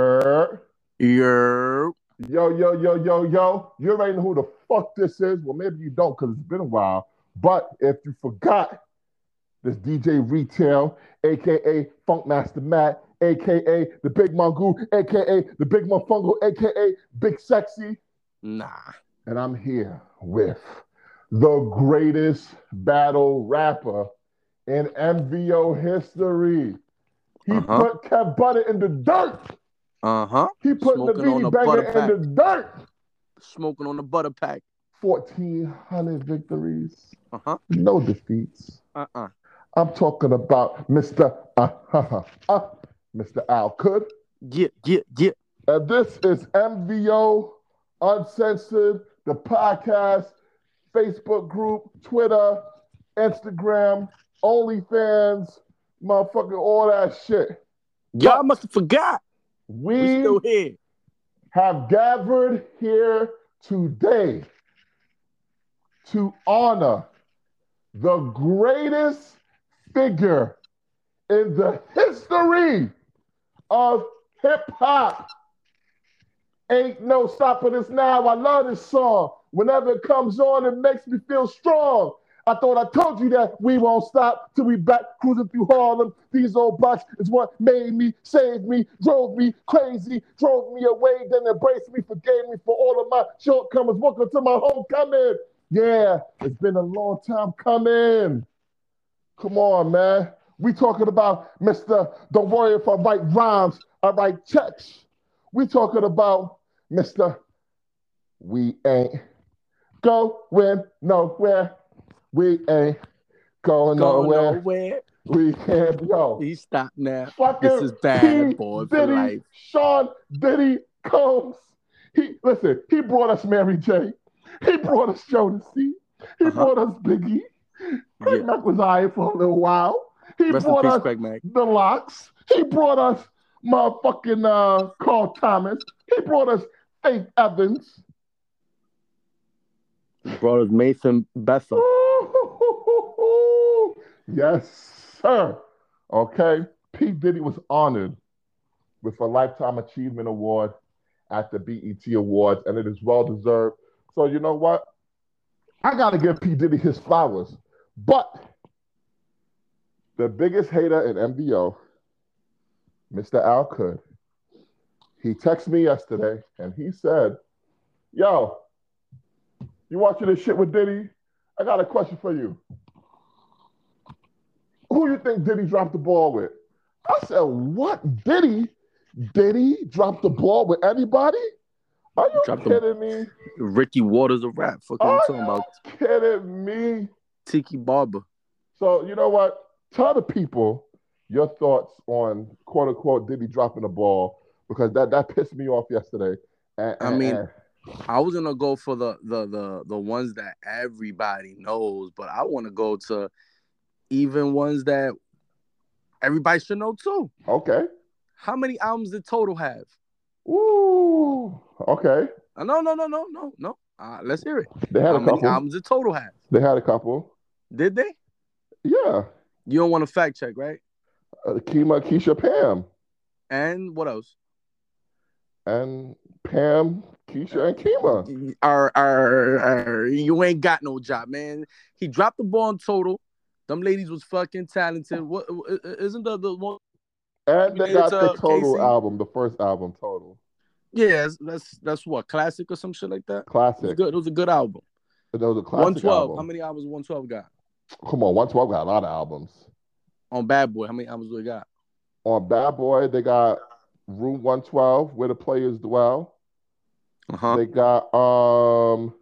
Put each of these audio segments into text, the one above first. Grr. You're Yo, yo, yo, yo, yo. You already know who the fuck this is. Well, maybe you don't because it's been a while. But if you forgot, this DJ Retail, aka Funk Master Matt, aka the Big Mongo, aka the Big Monfungo, aka Big Sexy. nah. And I'm here with the greatest battle rapper in MVO history. He Uh-huh. put Kev Butter in the dirt. Uh huh. He put Smoking on Navini a Banger butter in pack. the dirt. Smoking on the butter pack. 1,400 victories, Uh huh. no defeats. Uh uh. I'm talking about Mr. Uh, uh, uh, Mr. Al Could. Yeah, yeah, yeah. And this is MVO Uncensored, the podcast, Facebook group, Twitter, Instagram, OnlyFans, motherfucking all that shit. Y'all must have forgot. We still here. have gathered here today to honor the greatest figure in the history of hip hop. Ain't no stopping us now. I love this song. Whenever it comes on, it makes me feel strong. I thought I told you that we won't stop till we back cruising through Harlem. These old blocks is what made me, saved me, drove me crazy, drove me away, then embraced me, forgave me for all of my shortcomings. Welcome to my homecoming. Yeah, it's been a long time coming. Come on, man. We talking about Mr. Don't worry if I write rhymes, I write checks. We talking about Mr. We ain't going nowhere. We ain't going, Going nowhere. nowhere. We can't go. He stopped now. Fucking This is bad boy for Diddy, life. Sean Diddy Combs. He listen. He brought us Mary J. He brought us Jodeci. He Uh-huh. brought us Biggie. Craig Yeah. Mack was high for a little while. He Rest in brought peace, us Craig Mack. the locks. He brought us motherfucking uh, Carl Thomas. He brought us Faith Evans. Brought us Mason Bethel. Ooh, yes, sir. Okay. P. Diddy was honored with a Lifetime Achievement Award at the BET Awards, and it is well deserved. So, you know what? I got to give P. Diddy his flowers. But the biggest hater in MBO, Mr. Al Could, he texted me yesterday and he said, Yo, you watching this shit with Diddy? I got a question for you. Who you think Diddy dropped the ball with? I said, what? Diddy? Diddy dropped the ball with anybody? Are you Dropped the- kidding me? Ricky Waters a rap. Fuck Are I'm you talking about kidding me? Tiki Barber. So you know what? Tell the people your thoughts on quote unquote Diddy dropping the ball because that that pissed me off yesterday. And, I and- mean- and- I was gonna go for the the the the ones that everybody knows, but I want to go to even ones that everybody should know too. okay. How many albums did Total have? Ooh. Okay. Uh, no, no, no, no, no, no. Uh, let's hear it. They had How a many couple. albums did Total have? They had a couple. Did they? Yeah. You don't want to fact check, right? Uh, Kima, Keisha, Pam, And what else? and Pam, Keisha, and Kima. Arr, arr, arr, you ain't got no job, man. He dropped the ball in total. Them ladies was fucking talented. What uh, uh, isn't the the one? And they got It's, the uh, total Casey. album, the first album, total Yeah, that's, that's that's what classic or some shit like that. It was classic. good. It was a good album. That was a classic One twelve. album. How many albums? One twelve got Come on, one twelve got a lot of albums. on Bad Boy. How many albums do they got? on Bad Boy, they got Room 112, Where the Players Dwell. Uh huh. They got um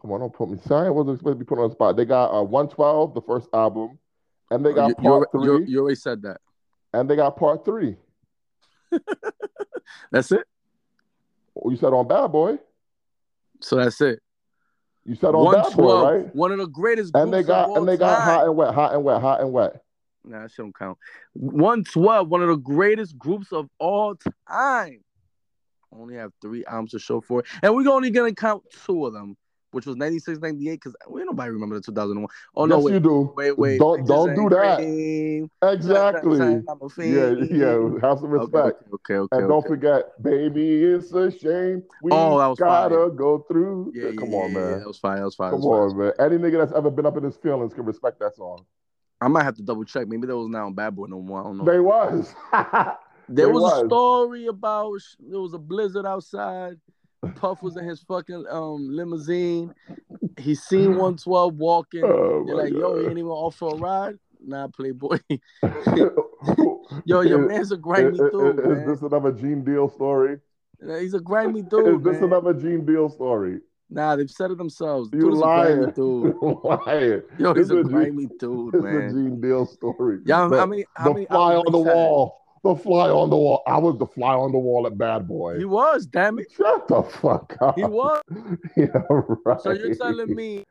come on, don't put me sorry, I wasn't supposed to be put on the spot. They got uh, 112, the first album, and they got You, you, part alre- 3 you, you already said that. and they got part three. That's it. Oh, You said on Bad Boy. So that's it. You said on Bad Boy, 112, right? One of the greatest. And they groups of got all and they got time. hot and wet, hot and wet, hot and wet. Nah, that shit don't count. 112, one of the greatest groups of all time. Only have three albums to show for it. And we're only gonna count two of them which was 96, 98, because ain't nobody remember the 2001. Oh, yes, no, wait. you do. Wait, wait. Don't don't do that. Exactly. Yeah, Exactly. yeah. Have some Okay, respect. okay, okay. okay, And don't okay. forget, baby, it's a shame we Oh, that was gotta fire. go through. Yeah, yeah, Come yeah, on, yeah, man. yeah, That was fire. That was fire. that Come was fire. on, man. Any nigga that's ever been up in his feelings can respect that song. I might have to double check. Maybe that was not on Bad Boy no more. I don't know. They was. They There was, was. a story about sh- there was a blizzard outside. Puff was in his fucking um limousine. He seen 112 walking. oh They're my like, yo, he ain't God. even off for a ride. Nah, playboy. yo, your Is- man's a is, grimy is- dude, is man. this another Gene Deal story? Nah, He's a grimy is dude, this man. another Gene Deal story? Nah, they've said it themselves. You Dude is a grimy lying. dude. You lying. Yo, This is he's a a Gene, grimy dude, this is a man. Gene Deal story. Yeah, The, I mean, how the many fly hours on the Reese had? wall. The fly on the wall. I was the fly on the wall at Bad Boy. He was, damn it, Shut the fuck he up. was. Yeah, right. So you're telling me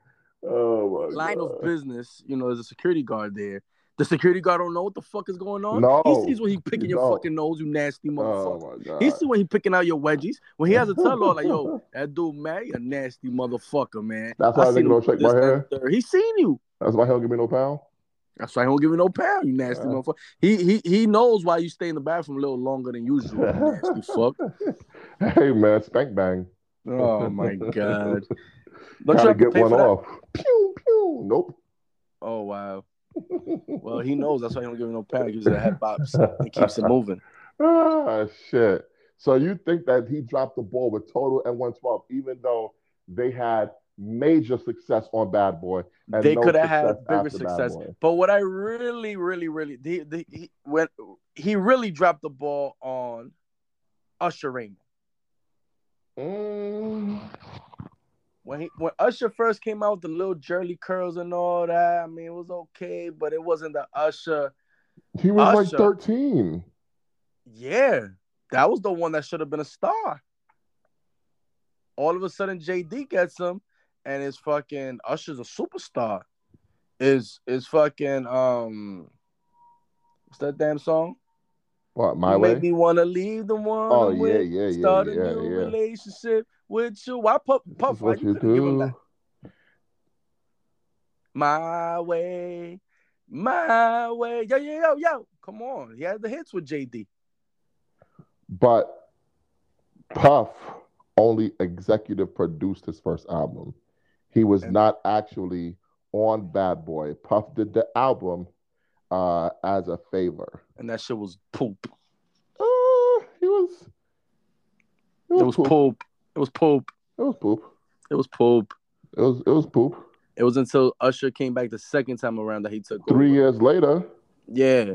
Oh my line of god. business, you know, there's a security guard there. The security guard don't know what the fuck is going on. No. He sees when he picking your No. fucking nose, you nasty motherfucker. Oh my god. he sees when he picking out your wedgies. When he has a tell all like, yo, that dude Matt, you a nasty motherfucker, man. That's why I that nigga seen him don't do shake my this, that, hair. and the third. He seen you. That's why he don't give me no pound. That's why he don't give you no pound, you nasty Yeah. motherfucker. He he he knows why you stay in the bathroom a little longer than usual, you nasty fuck. Hey man, spank bang. Oh my god. Don't you Gotta have to get pay one for that? off. Pew pew. Nope. Oh wow. Well, he knows that's why he don't give you no pound. He gives you the head bops and keeps it moving. ah shit. So you think that he dropped the ball with total and 112, even though they had major success on Bad Boy and they no could success have had bigger after Bad success. Boy. But what I really, really, really, the, the, he, when he really dropped the ball on Usher Raymond. Mm. When he, when Usher first came out with the little jerly curls and all that, I mean, it was okay, but it wasn't the Usher. He was like Usher. 13. Yeah, that was the one that should have been a star. All of a sudden, JD gets him, and it's fucking Usher's a superstar. Is is fucking um, what's that damn song? What, my You way? make me wanna leave the one Oh I'm yeah, with, yeah, yeah, start a yeah, new yeah. relationship with you. Why puff This puff? is Why what you you couldn't give him that? do. My way, my way. Yo, yo, yo, yo. Come on. He had the hits with JD. But Puff only executive produced his first album. He was And- not actually on Bad Boy. Puff did the album uh, as a favor. And that shit was poop. Uh, he was. It It was, was poop. poop. It was poop. It was poop. It was poop. It was. It was poop. It was until Usher came back the second time around that he took Three over. years later, Yeah.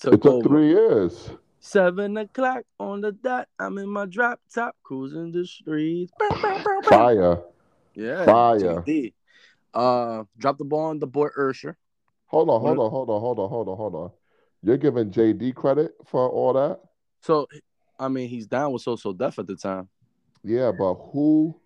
Took, it took over. three years. Seven o'clock on the dot. I'm in my drop top, cruising the streets. Bow, bow, bow, bow. Fire. Yeah. Fire. JD. Uh, drop the ball on the boy Ursher. Hold on. What Hold a- on. Hold on. Hold on. Hold on. Hold on. You're giving JD credit for all that. So, I mean, he's down with So So Def at the time. Yeah, but who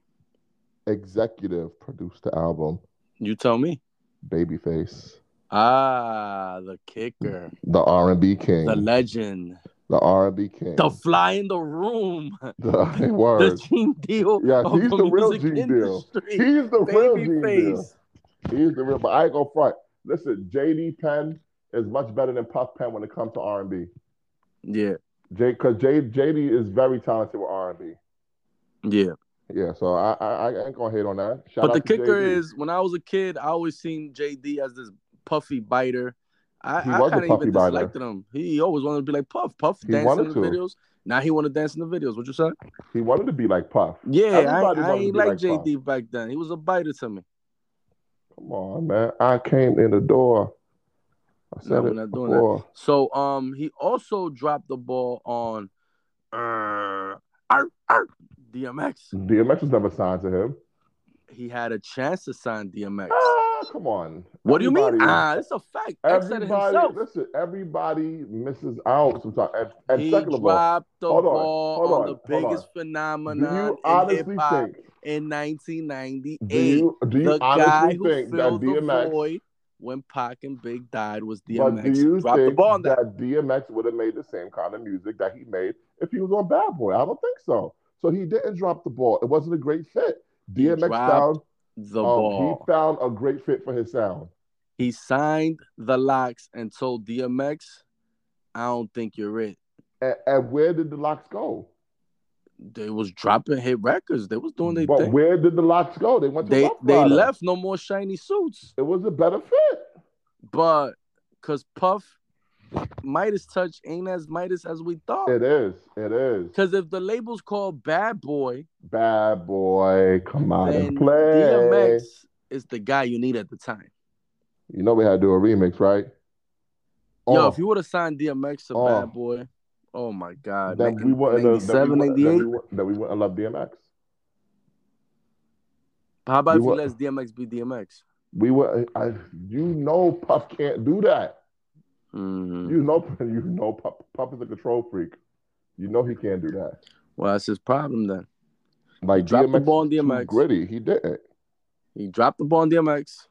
executive produced the album? You tell me. Babyface, Ah, the kicker, the R and B king, the legend, the R and B king. the fly in the room, The- the word. Gene Deal Yeah, of he's the, the real music Gene Deal. industry. He's the real Gene Deal. Babyface. He's the real. But I ain't gonna front. Listen, JD Penn is much better than Puff Penn when it comes to R and B. Yeah, J, because J, JD is very talented with R and B. yeah. Yeah, so I, I I ain't gonna hate on that. Shout but the out to kicker JD. is, when I was a kid, I always seen JD as this puffy biter. I, He I was a kind of puffy even biter. disliked him. He always wanted to be like Puff. Puff He danced in wanted the to. videos. Now he want to dance in the videos. What you say? He wanted to be like Puff. Yeah, I, Everybody I wanted to ain't be like, like Puff. JD back then. He was a biter to me. Come on, man. I came in the door. I said No, it we're not doing that. before. So um, he also dropped the ball on uh, arr, arr, DMX. DMX was never signed to him. He had a chance to sign DMX. Ah, come on. What do you mean? Everybody- Ah, it's a fact. X said it Everybody, himself. listen, everybody misses out sometimes. And, and He second of all, dropped the hold on, ball hold on, on, the hold biggest do you phenomenon in hip honestly hop think? in Do 1998. you do you The guy honestly who think that filled the DMX? void when Pac and Big died was But do DMX. you dropped the think ball on that. that DMX would have made the same kind of music that he made if he was on Bad Boy? I don't think so. So he didn't drop the ball. It wasn't a great fit. He DMX dropped sound the Um, ball. he found a great fit for his sound. He signed the locks and told DMX, I don't think you're it. And, and where did the locks go? They was dropping hit records. They was doing their but thing. where did the locks go? They went to They Rough they Riders. left no more shiny suits. It was a better fit. But cause Puff Midas touch ain't as Midas as we thought. It is. It is. Cause if the label's called Bad Boy, Bad boy, come out then and play. DMX is the guy you need at the time. You know we had to do a remix, right? Yo, Oh, if you would have signed DMX to Oh. Bad Boy, oh my God. that we wouldn't have- that we 97, wouldn't- that 98? we wouldn't- that we wouldn't love DMX. How about we if he would- lets DMX be DMX? We were, I, you know, Puff can't do that. Mhm. You know, you know, Puff, Puff is a control freak. You know he can't do that. Well, that's his problem then. Like dropped the DMX, ball on is too DMX. gritty. He didn't. He dropped the ball on DMX,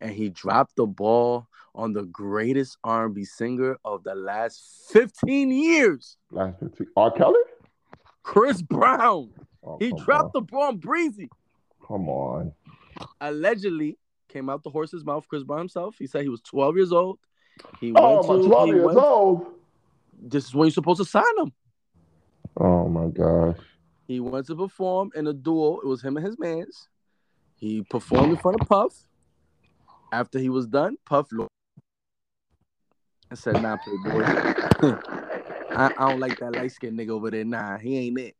and he dropped the ball on the greatest R&B singer of the last 15 years, Last 15. R. Kelly. Chris Brown. Oh, He come dropped the ball on Breezy. On. Come on. Allegedly came out the horse's mouth, Chris Brown himself. He said he was 12 years old. He Oh went my, to, twelve he years went- old. This is when you're supposed to sign him. Oh my gosh. He went to perform in a duo. It was him and his man's. He performed in front of Puff. After he was done, Puff looked and said, "Nah, playboy, I, I don't like that light skinned nigga over there. Nah, he ain't it."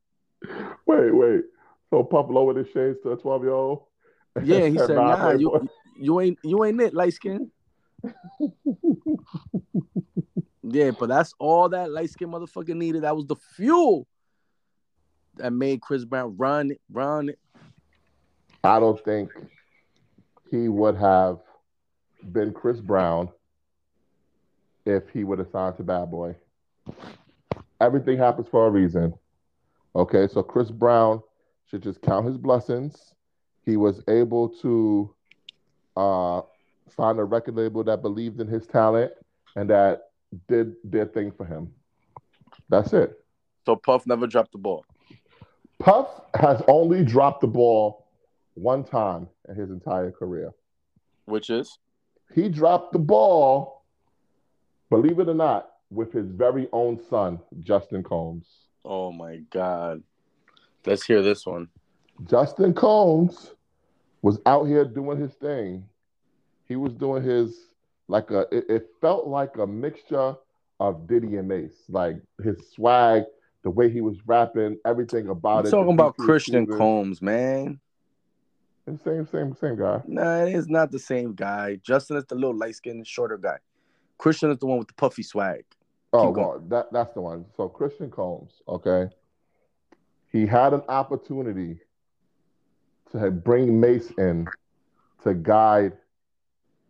Wait, wait. So Puff lowered his shades to a twelve year old. Yeah, he said, "Nah, Playboy." you you ain't you ain't it, light skin." Yeah, but that's all that light skinned motherfucker needed. That was the fuel that made Chris Brown run, run. I don't think he would have been Chris Brown if he would have signed to Bad Boy. Everything happens for a reason. Okay, so Chris Brown should just count his blessings. He was able to uh, find a record label that believed in his talent and that did their thing for him. That's it. So Puff never dropped the ball. Puff has only dropped the ball one time in his entire career. Which is he dropped the ball, believe it or not, with his very own son, Justin Combs. oh my god. Let's hear this one. Justin Combs was out here doing his thing. He was doing his like a it, it felt like a mixture of Diddy and Mace. Like his swag, the way he was rapping, everything about I'm it. talking the about beats he was Christian using. Combs, man. Same, same, same guy. Nah, it is not the same guy. Justin is the little light skinned, shorter guy. Christian is the one with the puffy swag. Oh, Keep going. well, that, that's the one. So Christian Combs, okay. He had an opportunity to bring Mace in to guide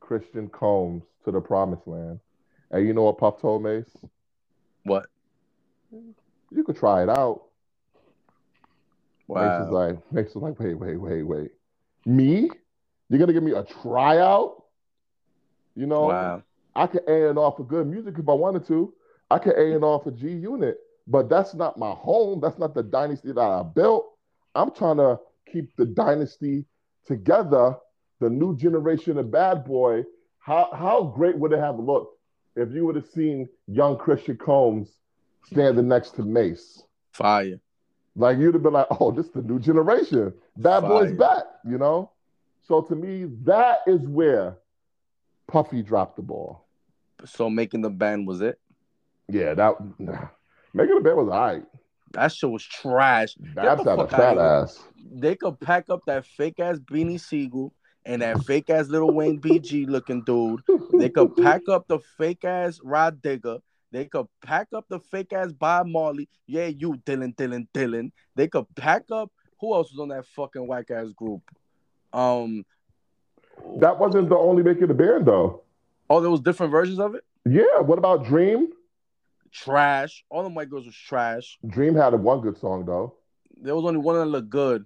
Christian Combs to the promised land. And you know what Puff told Mace? What? You could try it out. Mace is Wow. like, Mace is like, wait, wait, wait, wait. Me? You're gonna give me a tryout? You know, Wow. I could A and R for good music if I wanted to. I could A and R for G Unit, but that's not my home. That's not the dynasty that I built. I'm trying to keep the dynasty together. The new generation of bad boy. How how great would it have looked if you would have seen young Christian Combs standing next to Mace? Fire. Like you'd have been like, oh, this is the new generation. Bad boy's Fire. back, you know? So to me, that is where Puffy dropped the ball. So making the band was it? Yeah, that nah. making the bed was all right. That shit was trash. Babs the had a fuck fat outta ass. They could pack up that fake ass Beanie Siegel and that fake ass little Wayne BG looking dude. They could pack up the fake ass Rod Digger. They could pack up the fake ass Bob Marley. Yeah, you Dylan, Dylan, Dylan. They could pack up. Who else was on that fucking whack ass group? Um. That wasn't the only making the band though. Oh, there was different versions of it. Yeah, what about Dream? Trash. All the white girls was trash. Dream had one good song though. There was only one that looked good.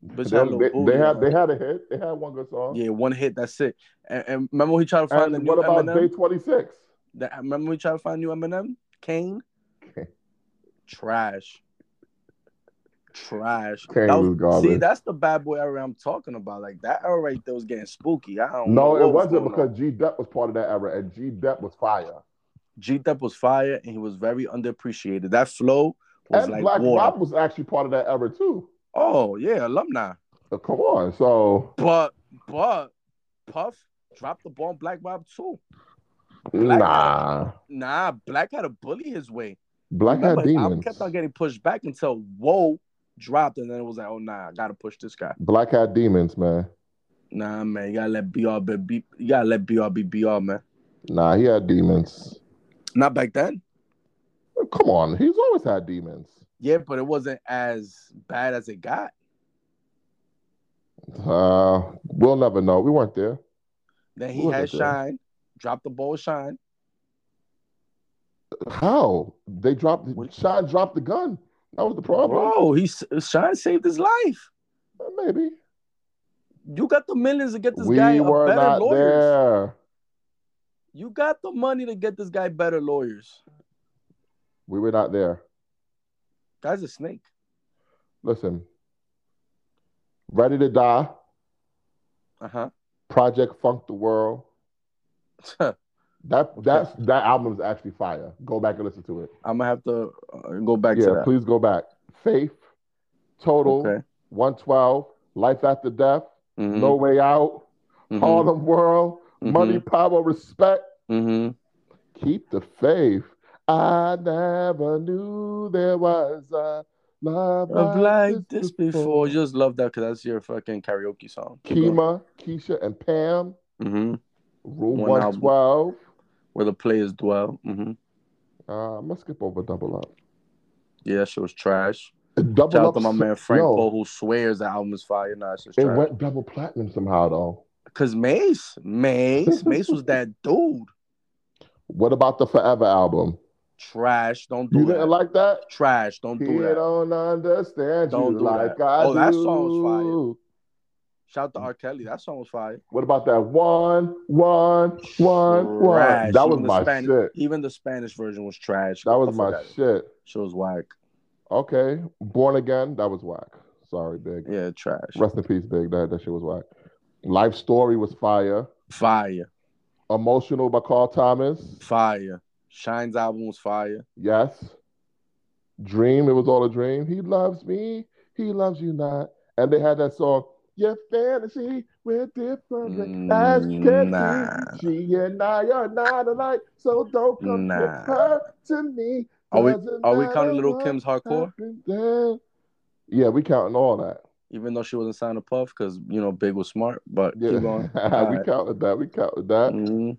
They, Bitch, they, had a little booty they had on they it. had a hit. They had one good song. Yeah, one hit. That's it. And, and remember when he tried to find the and new what about Day Eminem? Twenty Six? That, remember when he tried to find new Eminem? Kane. Okay. Trash. trash. Kane That was, was- garbage. See, that's the bad boy era I'm talking about. Like that era right there was getting spooky. I don't no, know it what was wasn't going because on. G Dep was part of that era, and G Dep was fire. G Dep was fire and he was very underappreciated. That flow was And like Black water. Rob was actually part of that era too. Oh yeah, alumni. So come on, so But but Puff dropped the ball on Black Rob too. Black- nah, Nah, Black had to bully his way. Black had Remember, I demons. kept on getting pushed back until Whoa dropped, and then it was like, oh nah, I gotta push this guy. Black had demons, man. Nah, man, you gotta let BR be, be you gotta let BR be BR, man. Nah, he had demons. Not back then. Come on, he's always had demons. Yeah, but it wasn't as bad as it got. Uh, we'll never know. We weren't there. Then Who he was had it then? Shine, dropped the ball, with Shine. How they dropped? Sean dropped the gun. That was the problem. Uh, Bro, he s- Shine saved his life. Maybe You got the millions to get this we guy a were better not lawyers. there. You got the money to get this guy better lawyers. We were not there. That's a snake. Listen, Ready to Die, Uh Project Funk the World. huh. That that's that album is actually fire. Go back and listen to it. I'm gonna have to uh, go back to yeah, that. please go back. Faith, Total, Okay. 112, Life After Death, Mhm, No Way Out, mhm, Harlem World, mhm, Money, Power, Respect. mhm. Keep the faith. I never knew there was a love Of like, like this before. Just love that because that's your fucking karaoke song. Kima, Keisha, and Pam. Mm-hmm. Rule One album. 112. Where the players dwell. Mm-hmm. Uh, I'm gonna skip over double up. Yeah, that shit was trash. Double Shout up out to my man Frank yo, Poe who swears that album is fire. Nah, it's just It trash. went double platinum somehow though. Because Mace, Mace, Mace was that dude. What about the Forever album? Trash. Don't do You that. didn't like that? trash. Don't he do that. don't understand Don't you do like that. I Oh, do. that song was Shout out to R. Kelly. That song was fire. What about that one, one, one, one? Trash. That was Even the my Spanish- shit. Even the Spanish version was trash. That I was forgot my it. shit. Shit was whack. Okay, Born Again. That was whack. Sorry, Big. Yeah, trash. Rest in peace, Big. That that shit was whack. Life Story was fire. Fire. Emotional by Carl Thomas. Fire. Shine's album was fire. Yes. Dream, it was all a dream. He loves me, he loves you not. And they had that song, Your fantasy, we're different. As Mm, can nah. be. She and I are not alike, so don't compare Nah. her to me. Are we Doesn't are we matter counting Little what Kim's hardcore? happened then. Yeah, we counting all that. Even though she wasn't signed to Puff because you know Big was smart, but Yeah, keep going. we Alright. counted that. We counted that. Mhm.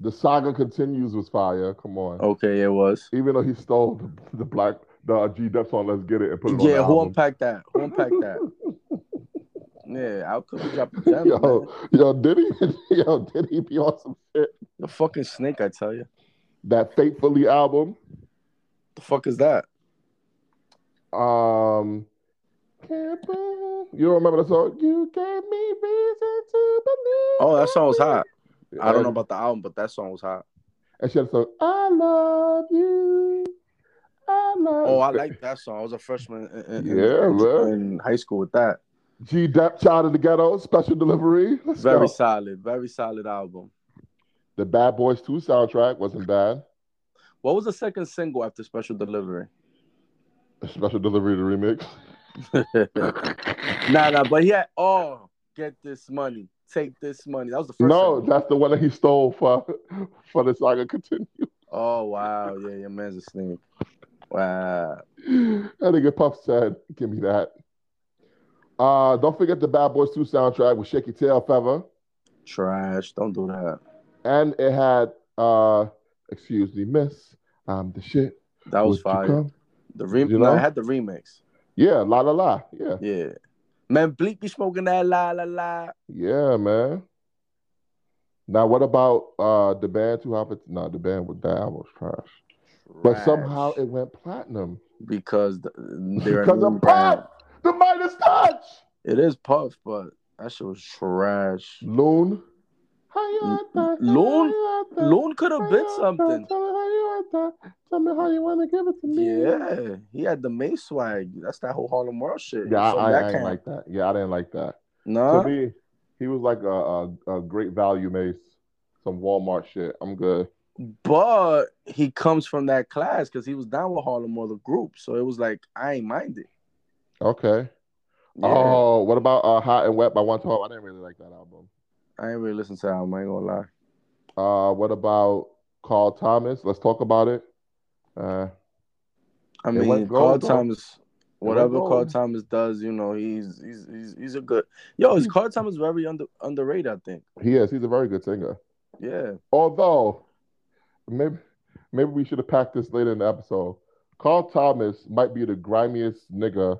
The saga continues was fire. Come on. Okay, it was. Even though he stole the, the black the G Dep song, let's get it and put it on. Yeah, the who album. unpacked that? Who unpacked that? Yeah, Al Cooper dropped the gem. yo, man. yo, did he? Yo, did he be on some shit? The fucking snake, I tell you. That faithfully album. The fuck is that? Um, can't believe- you don't remember the song? You gave me reason to believe. Oh, that song was hot. I don't And- know about the album, but that song was hot. And she had a song. I love you. I love. Oh, I like that song. I was a freshman in, in- in- Yeah, man. in high school with that. G. Dep, Child of the Ghetto, Special Delivery. Let's Very go. solid, very solid album. The Bad Boys Two soundtrack wasn't bad. What was the second single after Special Delivery? Special Delivery the remix. Nah, nah, but he had oh, get this money, take this money. That was the first. No, single. that's the one that he stole for for the saga continue. Oh wow, yeah, your man's a snake. Wow. That nigga Puff said, "Give me that." Uh, don't forget the Bad Boys Two soundtrack with Shaky Tail Feather, Trash. Don't do that. and it had uh, excuse me, Miss, I'm the shit. That was Would you fire. come? The re- You no, know? I had the remix. Yeah, la la la. Yeah, Yeah. Man, Bleak be smoking that la la la. yeah, man. Now, what about uh, the band Two Hoppers? No, the band with that album was trash, but Trash. somehow it went platinum because th- they're a because new of brand. Puff, the Midas Touch, It is Puff, but that shit was trash. Loon, Loon, Loon- Loon could have been something. Tell me how you want that. Tell me how you want to give it to me. Yeah, he had the main swag. That's that whole Harlem World shit. Yeah, I, So I, that I can't- didn't like that. Yeah, I didn't like that. Nah. To me, he was like a, a, a great value mace, some Walmart shit. I'm good. But he comes from that class because he was down with Harlem or the group. So it was like, I ain't mind it. Okay. Yeah, Oh, what about uh, Hot and Wet by One Twelve? I didn't really like that album. I ain't really listen to that. album, I ain't gonna lie. Uh, what about Carl Thomas? Let's talk about it. Uh, I went mean, Carl gold, though. Thomas, whatever gold. Carl Thomas does, you know, he's he's he's, he's a good. Yo, Hmm. is Carl Thomas very under, underrated? I think. he is. He's a very good singer. Yeah. Although, maybe maybe we should have packed this later in the episode. Carl Thomas might be the grimiest nigga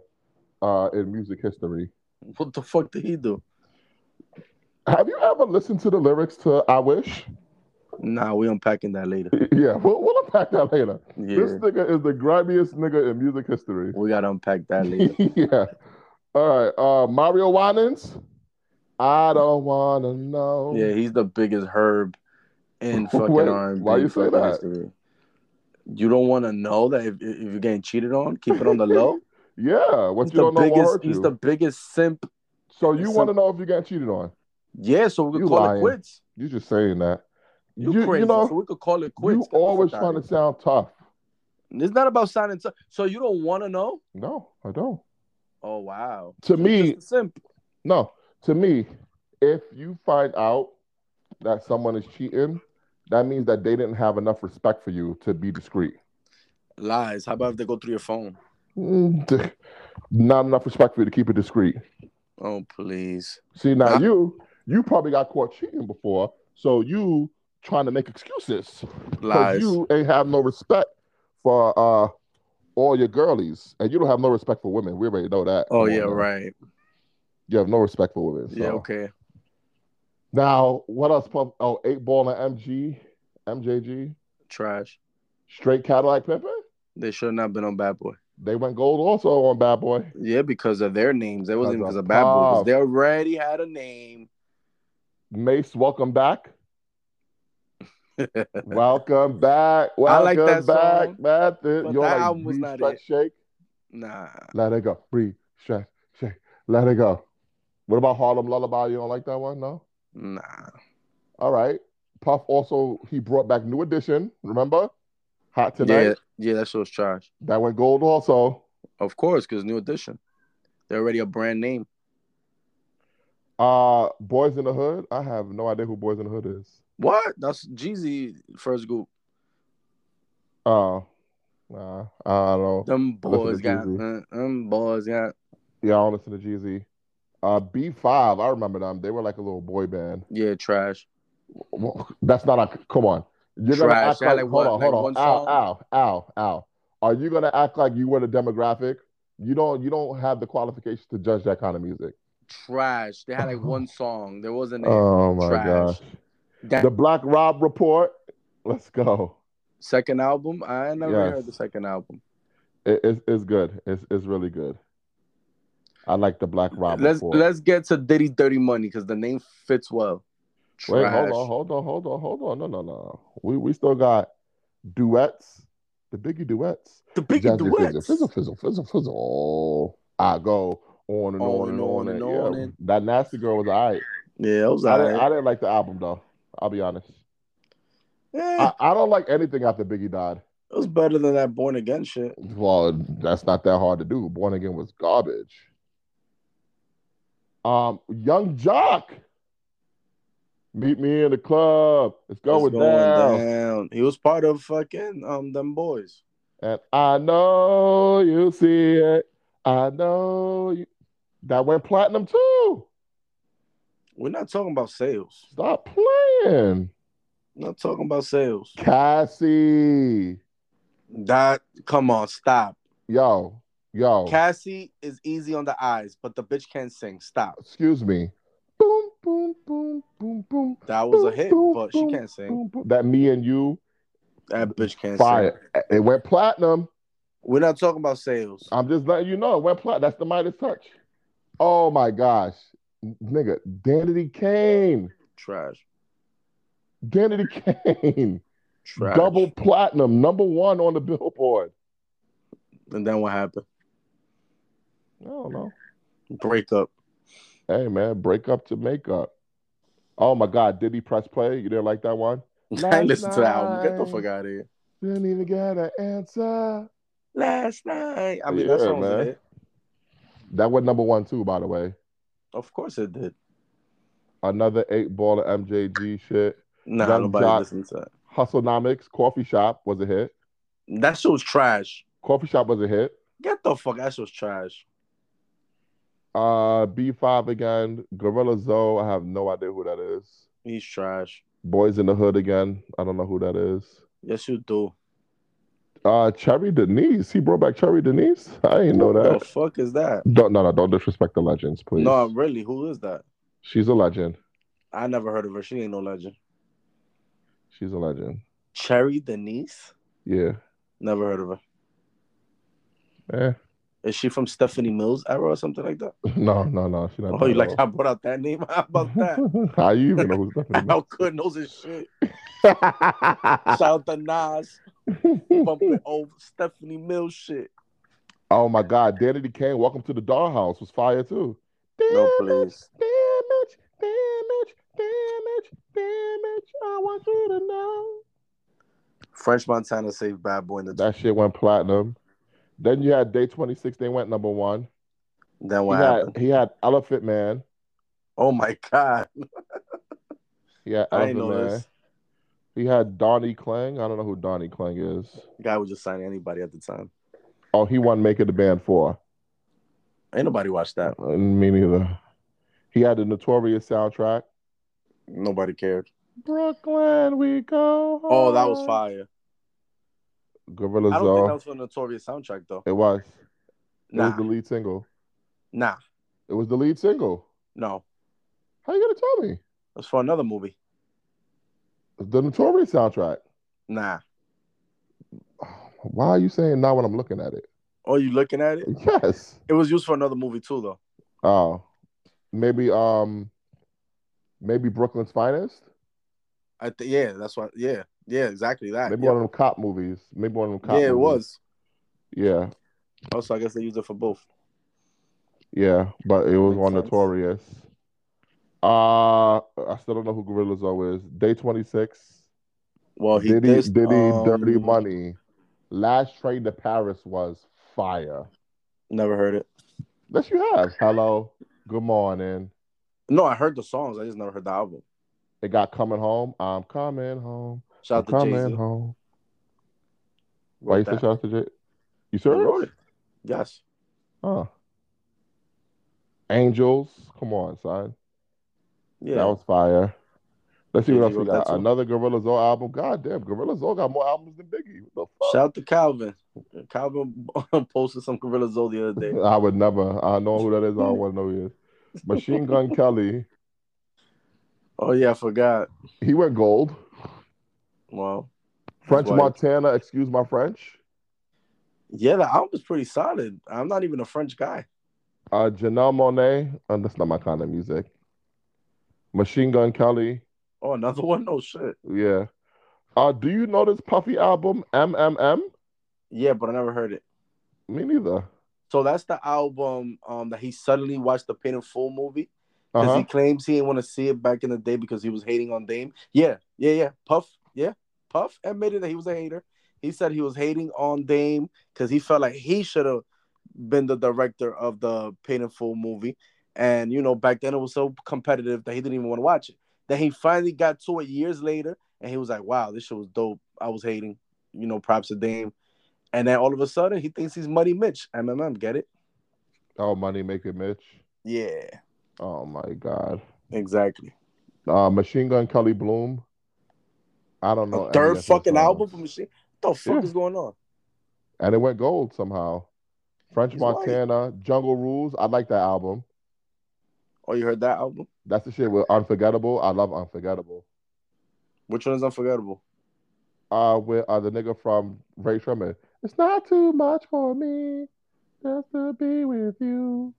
uh, in music history. What the fuck did he do? Have you ever listened to the lyrics to "I Wish"? Nah, we unpacking that later. Yeah, we'll, we'll unpack that later. This Yeah, nigga is the grimiest nigga in music history. we gotta unpack that later. yeah. All right. Uh, Mario Winans. I don't wanna know. yeah, he's the biggest herb in fucking Wait, R&B. why you say fucking that? history. You don't want to know that if, if you're getting cheated on, keep it on the low. Yeah. What he's you the don't know will biggest. hurt He's you. the biggest simp. so you some- want to know if you got cheated on? Yeah, so we could You call lying. it quits. You just saying that. You, crazy? so we could call it quits. you Get the fuck always outta trying here. to sound tough. It's not about signing. t- so you don't want to know? No, I don't. Oh wow. To me, It's simp. no. To me, if you find out that someone is cheating, that means that they didn't have enough respect for you to be discreet. Lies. How about if they go through your phone? Mm, Not enough respect for you to keep it discreet. Oh please. See now Huh? you you probably got caught cheating before, so you trying to make excuses because Lies. you ain't have no respect for uh all your girlies, and you don't have no respect for women. We already know that. Come oh on yeah, now. right. You have no respect for women. So. Yeah, okay. Now what else? Pump? Oh, eight ball and MG, MJG, Trash. straight Cadillac Pimpin. They should not been on Bad Boy. They went gold also on Bad Boy. Yeah, because of their names. That wasn't even Because because of of Bad Boy. 'cause Puff. they already had a name. Mace, welcome back. Welcome back. Welcome like that back, song, Matthew. but You're that like, album was "Breathe, not Stretch, it." Shake. Nah. Let it go. Breathe, stretch, shake. Let it go. What about Harlem Lullaby? You don't like that one? No? Nah. All right. Puff also, he brought back New Edition. Remember? Hot Tonight. Yeah, yeah, that show's trash. That went gold also. Of course, because new edition. They're already a brand name. Uh, Boys in the Hood. I have no idea who Boys in the Hood is. What? That's Jeezy first group. Oh, nah. I don't know. Them boys to got Jeezy. uh, them boys got Yeah, I don't listen to Jeezy. Uh, B5. I remember them. They were like a little boy band. yeah trash. Well, that's not a come on. You're gonna Trash. act Sound like, like hold on, what? Like hold on. one ow, song? ow, ow, ow. Are you gonna act like you were the demographic? You don't you don't have the qualifications to judge that kind of music. Trash. They had like Uh-huh. one song. There wasn't a Oh my Trash. gosh. that The Black Rob report. Let's go. second album. I never Yes. heard the second album. It- it's, it's good. It's, it's really good. I like the Black Rob let's report. let's get to Diddy's Dirty Money because the name fits well. Wait, Trash. hold on, hold on, hold on, hold on. No, no, no. We we still got duets. The biggie duets. The big Jazzy duets. Fizzle, fizzle, fizzle, fizzle, fizzle. I go on and on, and on and on. and- That nasty girl was all right. Yeah, it was I didn't, alright. I didn't like the album though. I'll be honest. Eh, I, I don't like anything after Biggie died. it was better than that Born Again shit. Well, that's not that hard to do. Born Again was garbage. Um, Young Jock, meet me in the club. It's It was going, down. down. He was part of fucking um them boys. and I know you see it. I know you. That went platinum too. We're not talking about sales. Stop playing. We're not talking about sales. Cassie. That come on, stop. Yo, yo. Cassie is easy on the eyes, but the bitch can't sing. Stop. Excuse me. Boom, boom, boom, boom, boom, That was a hit, but she can't sing. boom, boom. That me and you That bitch can't sing. fire. It went platinum. We're not talking about sales. I'm just letting you know it went platinum. That's the Midas touch. Oh my gosh. Nigga, Danity Kane. Trash. Danny Kane, Trash. double platinum, number one on the Billboard. And then what happened? I don't know. Breakup. Hey man, break up to make up. Oh my God, did he press play? You didn't like that one? I listened to the album. Get the night. fuck out of here. Didn't even get an answer. Last night. I mean, Yeah, that song was a man. hit. That was number one too, by the way. Of course it did. Another eight ball of MJG shit. Nah, Young nobody Jock. listened to that. Hustlenomics, Coffee Shop was a hit. That shit was trash. Coffee Shop was a hit. Get the fuck. That shit was trash. Uh, B5 again. Gorilla Zoe. I have no idea who that is. He's trash. Boys in the Hood again. I don't know who that is. Yes, you do. Uh, Cherry Denise. He brought back Cherry Denise. I didn't know Who that. the fuck is that? Don't no no. Don't disrespect the legends, please. No, really. Who is that? she's a legend. I never heard of her. She ain't no legend. She's a legend. Cherry Denise? Yeah. Never heard of her. Eh. Is she from Stephanie Mills era or something like that? No no no. She not Oh, you bad like at I brought out that name? How about that? all. How you even know who's definitely? How good knows his shit? Shout out to Nas, bumping old Stephanie Mills shit. oh my God, Danny Kane. Welcome to the Dollhouse. Was fire too. No, please. Damage, damage, damage, damage. I want you to know. French Montana saved Bad Boy in the That shit went platinum. Then you had Day 26, they went number one. Then He what had, happened? he had Elephant Man. Oh my god. He had I Elephant didn't know Man. this. He had Donnie Klang. I don't know who Donnie Klang is. Guy was just signing anybody at the time. Oh, he won Make It the Band 4. Ain't nobody watched that. Uh, Me neither. He had the Notorious soundtrack. Nobody cared. Brooklyn, we go. Oh, that was home. fire. Gorilla I don't think that Zoe. was from the Notorious soundtrack though. It was. It was Nah. the lead single. Nah. It was the lead single. No. How you gonna tell me? It was for another movie. The Notorious soundtrack. Nah. Why are you saying not when I'm looking at it? Oh, you looking at it? Yes. It was used for another movie too though. Oh, maybe um, maybe Brooklyn's Finest. I th- yeah, that's why yeah. Yeah, exactly that. Maybe yeah, one of them cop movies. Maybe one of them cop. Yeah, it movies. was. Yeah, Also, I guess they used it for both. yeah, but it was Makes on sense. Notorious. Uh, I still don't know who Gorilla Zoe is. Day twenty six. Well, Oh, he Diddy, dissed, Diddy, Dirty um, Money. Last Train to Paris was fire. Never heard it. Yes, you have. Hello, good morning. No, I heard the songs. I just never heard the album. It got coming home. I'm coming home. I'm Shout out to coming Jay Z. home. Why you say shout out to Jay? You serious? Yes. Huh. Angels. Come on, son. Yeah. That was fire. Let's see what Yeah, else you we wrote that got. too. Another Gorilla Zoe album. God damn, Gorilla Zoe got more albums than Biggie. What the fuck? Shout out to Calvin. Calvin posted some Gorilla Zoe the other day. I would never. I know who that is. I don't want to know who he is. Machine Gun Kelly. Oh yeah, I forgot. He went gold. Well, French Right. Montana. Excuse my French. yeah, the album is pretty solid. I'm not even a French guy. Uh, Janelle Monet. that's not my kind of music. Machine Gun Kelly. Oh, another one? No shit. Yeah. Uh, do you know this Puffy album, MMM? Yeah, but I never heard it. Me neither. So that's the album um, that he suddenly watched the Pain in Full movie because Uh-huh. he claims he didn't want to see it back in the day because he was hating on Dame. Yeah, yeah, yeah. Puff, yeah, Puff admitted that he was a hater. He said he was hating on Dame because he felt like he should have been the director of the Pain in Full movie, and you know back then it was so competitive that he didn't even want to watch it. Then he finally got to it years later, and he was like, "Wow, this shit was dope. I was hating." You know, props to Dame. And then all of a sudden, he thinks he's Muddy Mitch. MMM, get it? Oh, Money Maker Mitch. Yeah, Oh my God. exactly. Uh, Machine Gun Kelly Bloom. Oh, I don't know. a any of third his fucking songs. album from Machine. What the fuck Yeah. is going on? and it went gold somehow. French He's white. Montana, Jungle Rules. I like that album. Oh, you heard that album? That's the shit with Unforgettable. I love Unforgettable. Which one is unforgettable? Uh, with uh, the nigga from Ray Sherman. It's not too much for me just to be with you.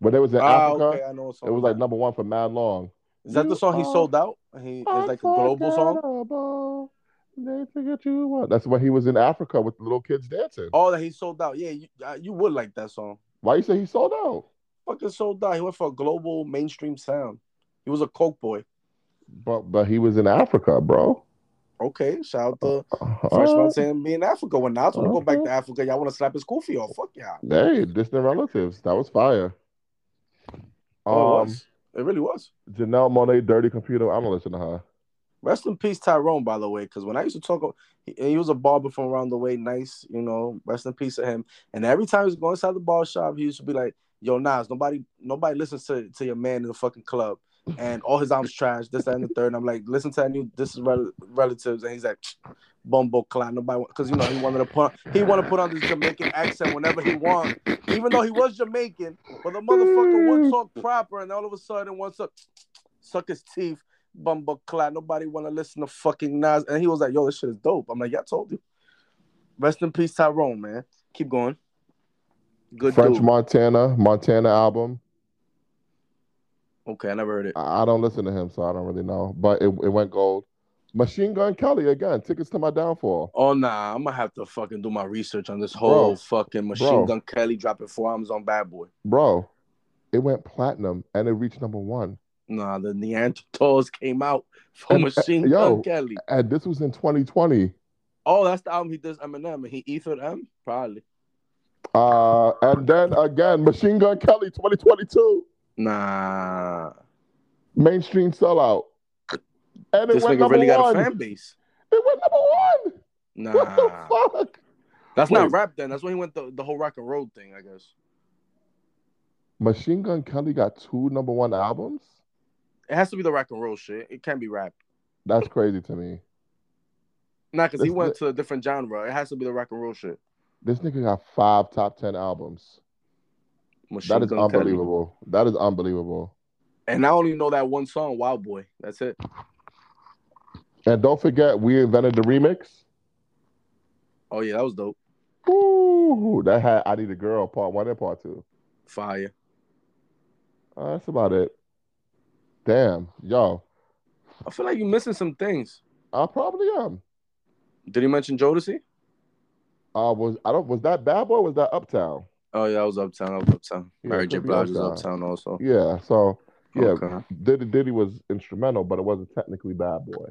When it was in Ah, Africa, okay, I know. it was like number one for Mad Long. Is that You the song he are sold out? He is like a global song. Unforgettable. They forget you want. That's when he was in Africa with the little kids dancing. Oh, that he sold out. Yeah, you, uh, you would like that song. Why you say he sold out? Fucking sold out. He went for a global mainstream sound. He was a coke boy. But but he was in Africa, bro. Okay, shout out to Fresh Uh, Mountain and being in Africa. When Nas want to go back Okay. to Africa, y'all want to slap his goofy off? Fuck y'all. hey, distant relatives. That was fire. Oh, it Um, was. It really was. Janelle Monet, dirty computer. I don't listen to her. Rest in peace, Tyrone. By the way, because when I used to talk, he, he was a barber from around the way. Nice, you know. Rest in peace to him. And every time he was going inside the bar shop, he used to be like, "Yo, Nas, nobody, nobody listens to to your man in the fucking club, and all his albums trash. This, that, and the third. And I'm like, listen to that new. This is rel- relatives, and he's like, bumbo clown. Nobody, because you know he wanted to put he wanted to put on this Jamaican accent whenever he want, even though he was Jamaican. But the motherfucker won't talk proper, and all of a sudden wants to suck his teeth. Bumbo clap. Nobody want to listen to fucking Nas. And he was like, yo, this shit is dope. I'm like, yeah, I told you. Rest in peace, Tyrone, man. Keep going. Good French dude. Montana, Montana album. okay, I never heard it. I I don't listen to him, so I don't really know. But it, it went gold. Machine Gun Kelly again. Tickets to my downfall. Oh nah, I'm gonna have to fucking do my research on this whole Bro. fucking machine Bro. gun Kelly dropping four albums on Bad Boy. Bro, it went platinum and it reached number one. Nah, the Neanderthals came out for And- Machine yo. Gun Kelly. And this was in 2020. Oh, that's the album he does Eminem and he ethered M? Probably. Uh, and then again, Machine Gun Kelly 2022, Nah. mainstream sellout. And it This went nigga number really one. got a fan base. It went number one. What Nah. the fuck? That's Wait. not rap then. That's when he went the, the whole rock and roll thing, I guess. Machine Gun Kelly got two number one albums? It has to be the rock and roll shit. It can't be rap. That's crazy to me. Not because he It's went to a different genre. It has to be the rock and roll shit. This nigga got five top 10 albums. Machine That is Gun Kelly. unbelievable. That is unbelievable. And I only know that one song, Wild Boy. That's it. And don't forget, we invented the remix. Oh yeah, that was dope. Ooh, that had I Need a Girl part one and part two. Fire. Uh, that's about it. Damn, yo, I feel like you're missing some things. I probably am. Did he mention Jodeci? Uh, was I don't was that Bad Boy? or Was that Uptown? Oh yeah, I was uptown. I was uptown. Yeah, Mary it J. could be Blige was Uptown. uptown also. Yeah. So yeah, Okay. Diddy Diddy was instrumental, but it wasn't technically Bad Boy.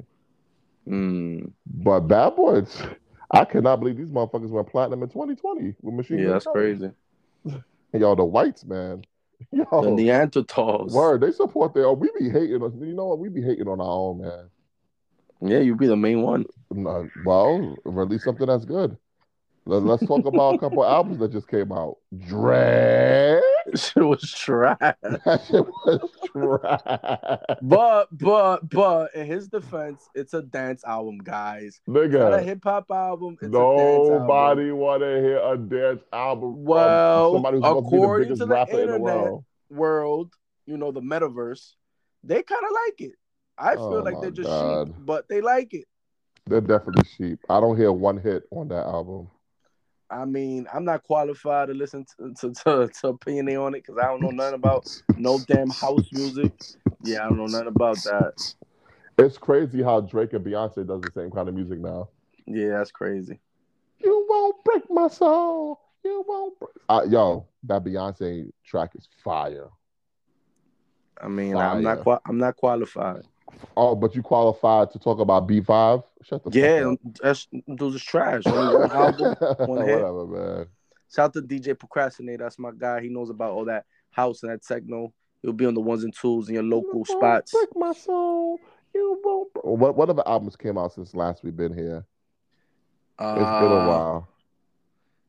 Mm, But Bad Boy, it's, I cannot believe these motherfuckers went platinum in 2020 with Machine yeah, Gun that's Kelly. crazy. And y'all, the whites, man. Yo, The Neanderthals. Oh. word, they support their. We be hating us. You know what? We be hating on our own, man. Yeah, you be the main one. No, well, release something that's good. Let, let's talk about a couple albums that just came out. Drag. shit was trash. That shit was trash. But but but in his defense, it's a dance album, guys. It's not a Nigga, hip hop album. It's a dance album. nobody want to hear a dance album. from Well, somebody who's supposed to be the according biggest to the rapper in the internet, world. world, you know, the metaverse, they kind of like it. I feel Oh like they're my just sheep, God. but they like it. They're definitely sheep. I don't hear one hit on that album. I mean, I'm not qualified to listen to to, to, to opinion on it because I don't know nothing about no damn house music. Yeah, I don't know nothing about that. It's crazy how Drake and Beyonce does the same kind of music now. Yeah, that's crazy. You won't break my soul. You won't break. Uh, yo, that Beyonce track is fire. I mean, I'm not Fire. qua- I'm not qualified. Oh, but you qualified to talk about B5? Shut the Yeah, um, fuck that's dudes is trash. Only one up. album. one hit. Whatever, man. Shout out to DJ Procrastinate. That's my guy. He knows about all that house and that techno. He'll be on the ones and twos in your You local won't spots. Break my soul. You won't. br- What what other albums came out since last we've been here? It's been a while.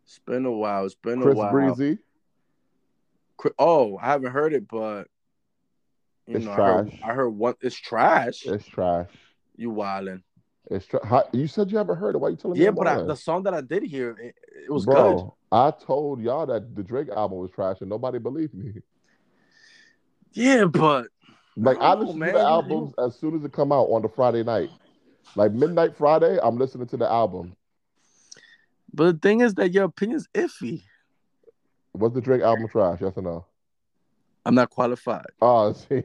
It's been a while. Uh, It's been Chris a while. Breezy. Cri- Oh, I haven't heard it, but you It's know, I heard, trash. I heard one. It's trash. It's trash. You wildin'. It's tra- how, you said you haven't heard it. Why you telling me? Yeah, I'm but I, lying? the song that I did hear, it, it was Bro, good. I told y'all that the Drake album was trash, and nobody believed me. Yeah, but Like I, I don't know, listen man. to the You- albums as soon as it come out on the Friday night, like midnight Friday. I'm listening to the album. but the thing is that your opinion's iffy. Was the Drake album trash? Yes or no? I'm not qualified. Oh, see.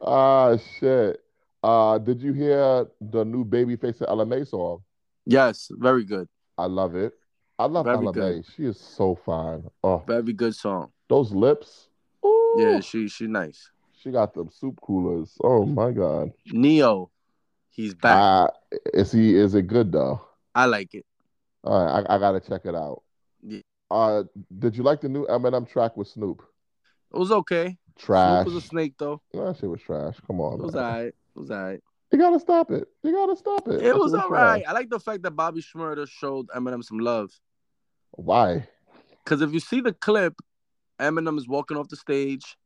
Ah, shit. Uh, did you hear the new Babyface and LMA song? Yes, very good, I love it. I love Very LMA. good. She is so fine. Oh, very good song. those lips. Ooh, Yeah, she she nice. she got them soup coolers. Oh my god. Neo, he's back. Uh, is he? Is it good though? I like it. All right, I, I gotta check it out. Yeah. Uh, did you like the new Eminem track with Snoop? It was okay. Trash. Snoop was a snake though. that shit was trash. Come on, It was man. alright. It was alright. You gotta stop it. You gotta stop it. That It shit was trash. alright. I like the fact that Bobby Schmurda showed Eminem some love. Why? Cause if you see the clip, Eminem is walking off the stage,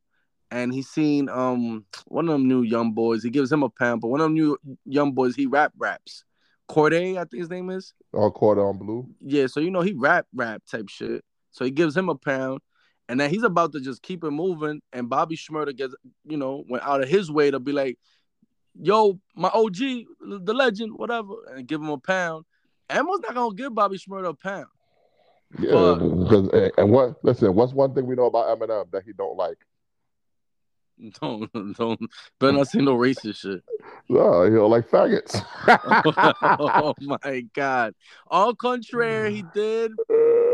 and he's seen um one of them new young boys. He gives him a pamper. One of them new young boys. He rap raps. Corday, I think his name is. All cordon blue. Yeah, so you know he rap rap type shit. So he gives him a pound, and then he's about to just keep it moving. And Bobby Schmurda gets, you know, went out of his way to be like, "Yo, my OG, the legend, whatever," and give him a pound. Emma's not gonna give Bobby Schmurda a pound. Yeah. Fuck. 'cause- and- and what? Listen, what's one thing we know about Eminem that he don't like? Don't don't better not say no racist shit. No, he don't like faggots. oh my god! All contraire, he did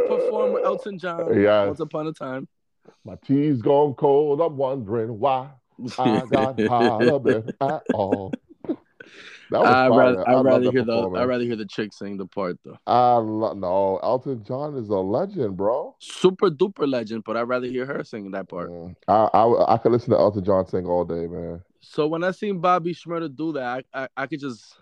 perform with Elton John Yes. once upon a time. My tea's gone cold. I'm wondering why I got hot of it at all. That was I'd fire. rather, I I'd love rather that hear the I'd performance. rather hear the chick sing the part though. I lo- no, Elton John is a legend, bro. Super duper legend, but I'd rather hear her singing that part. Mm. I, I I could listen to Elton John sing all day, man. So when I seen Bobby Schmurda do that, I, I I could just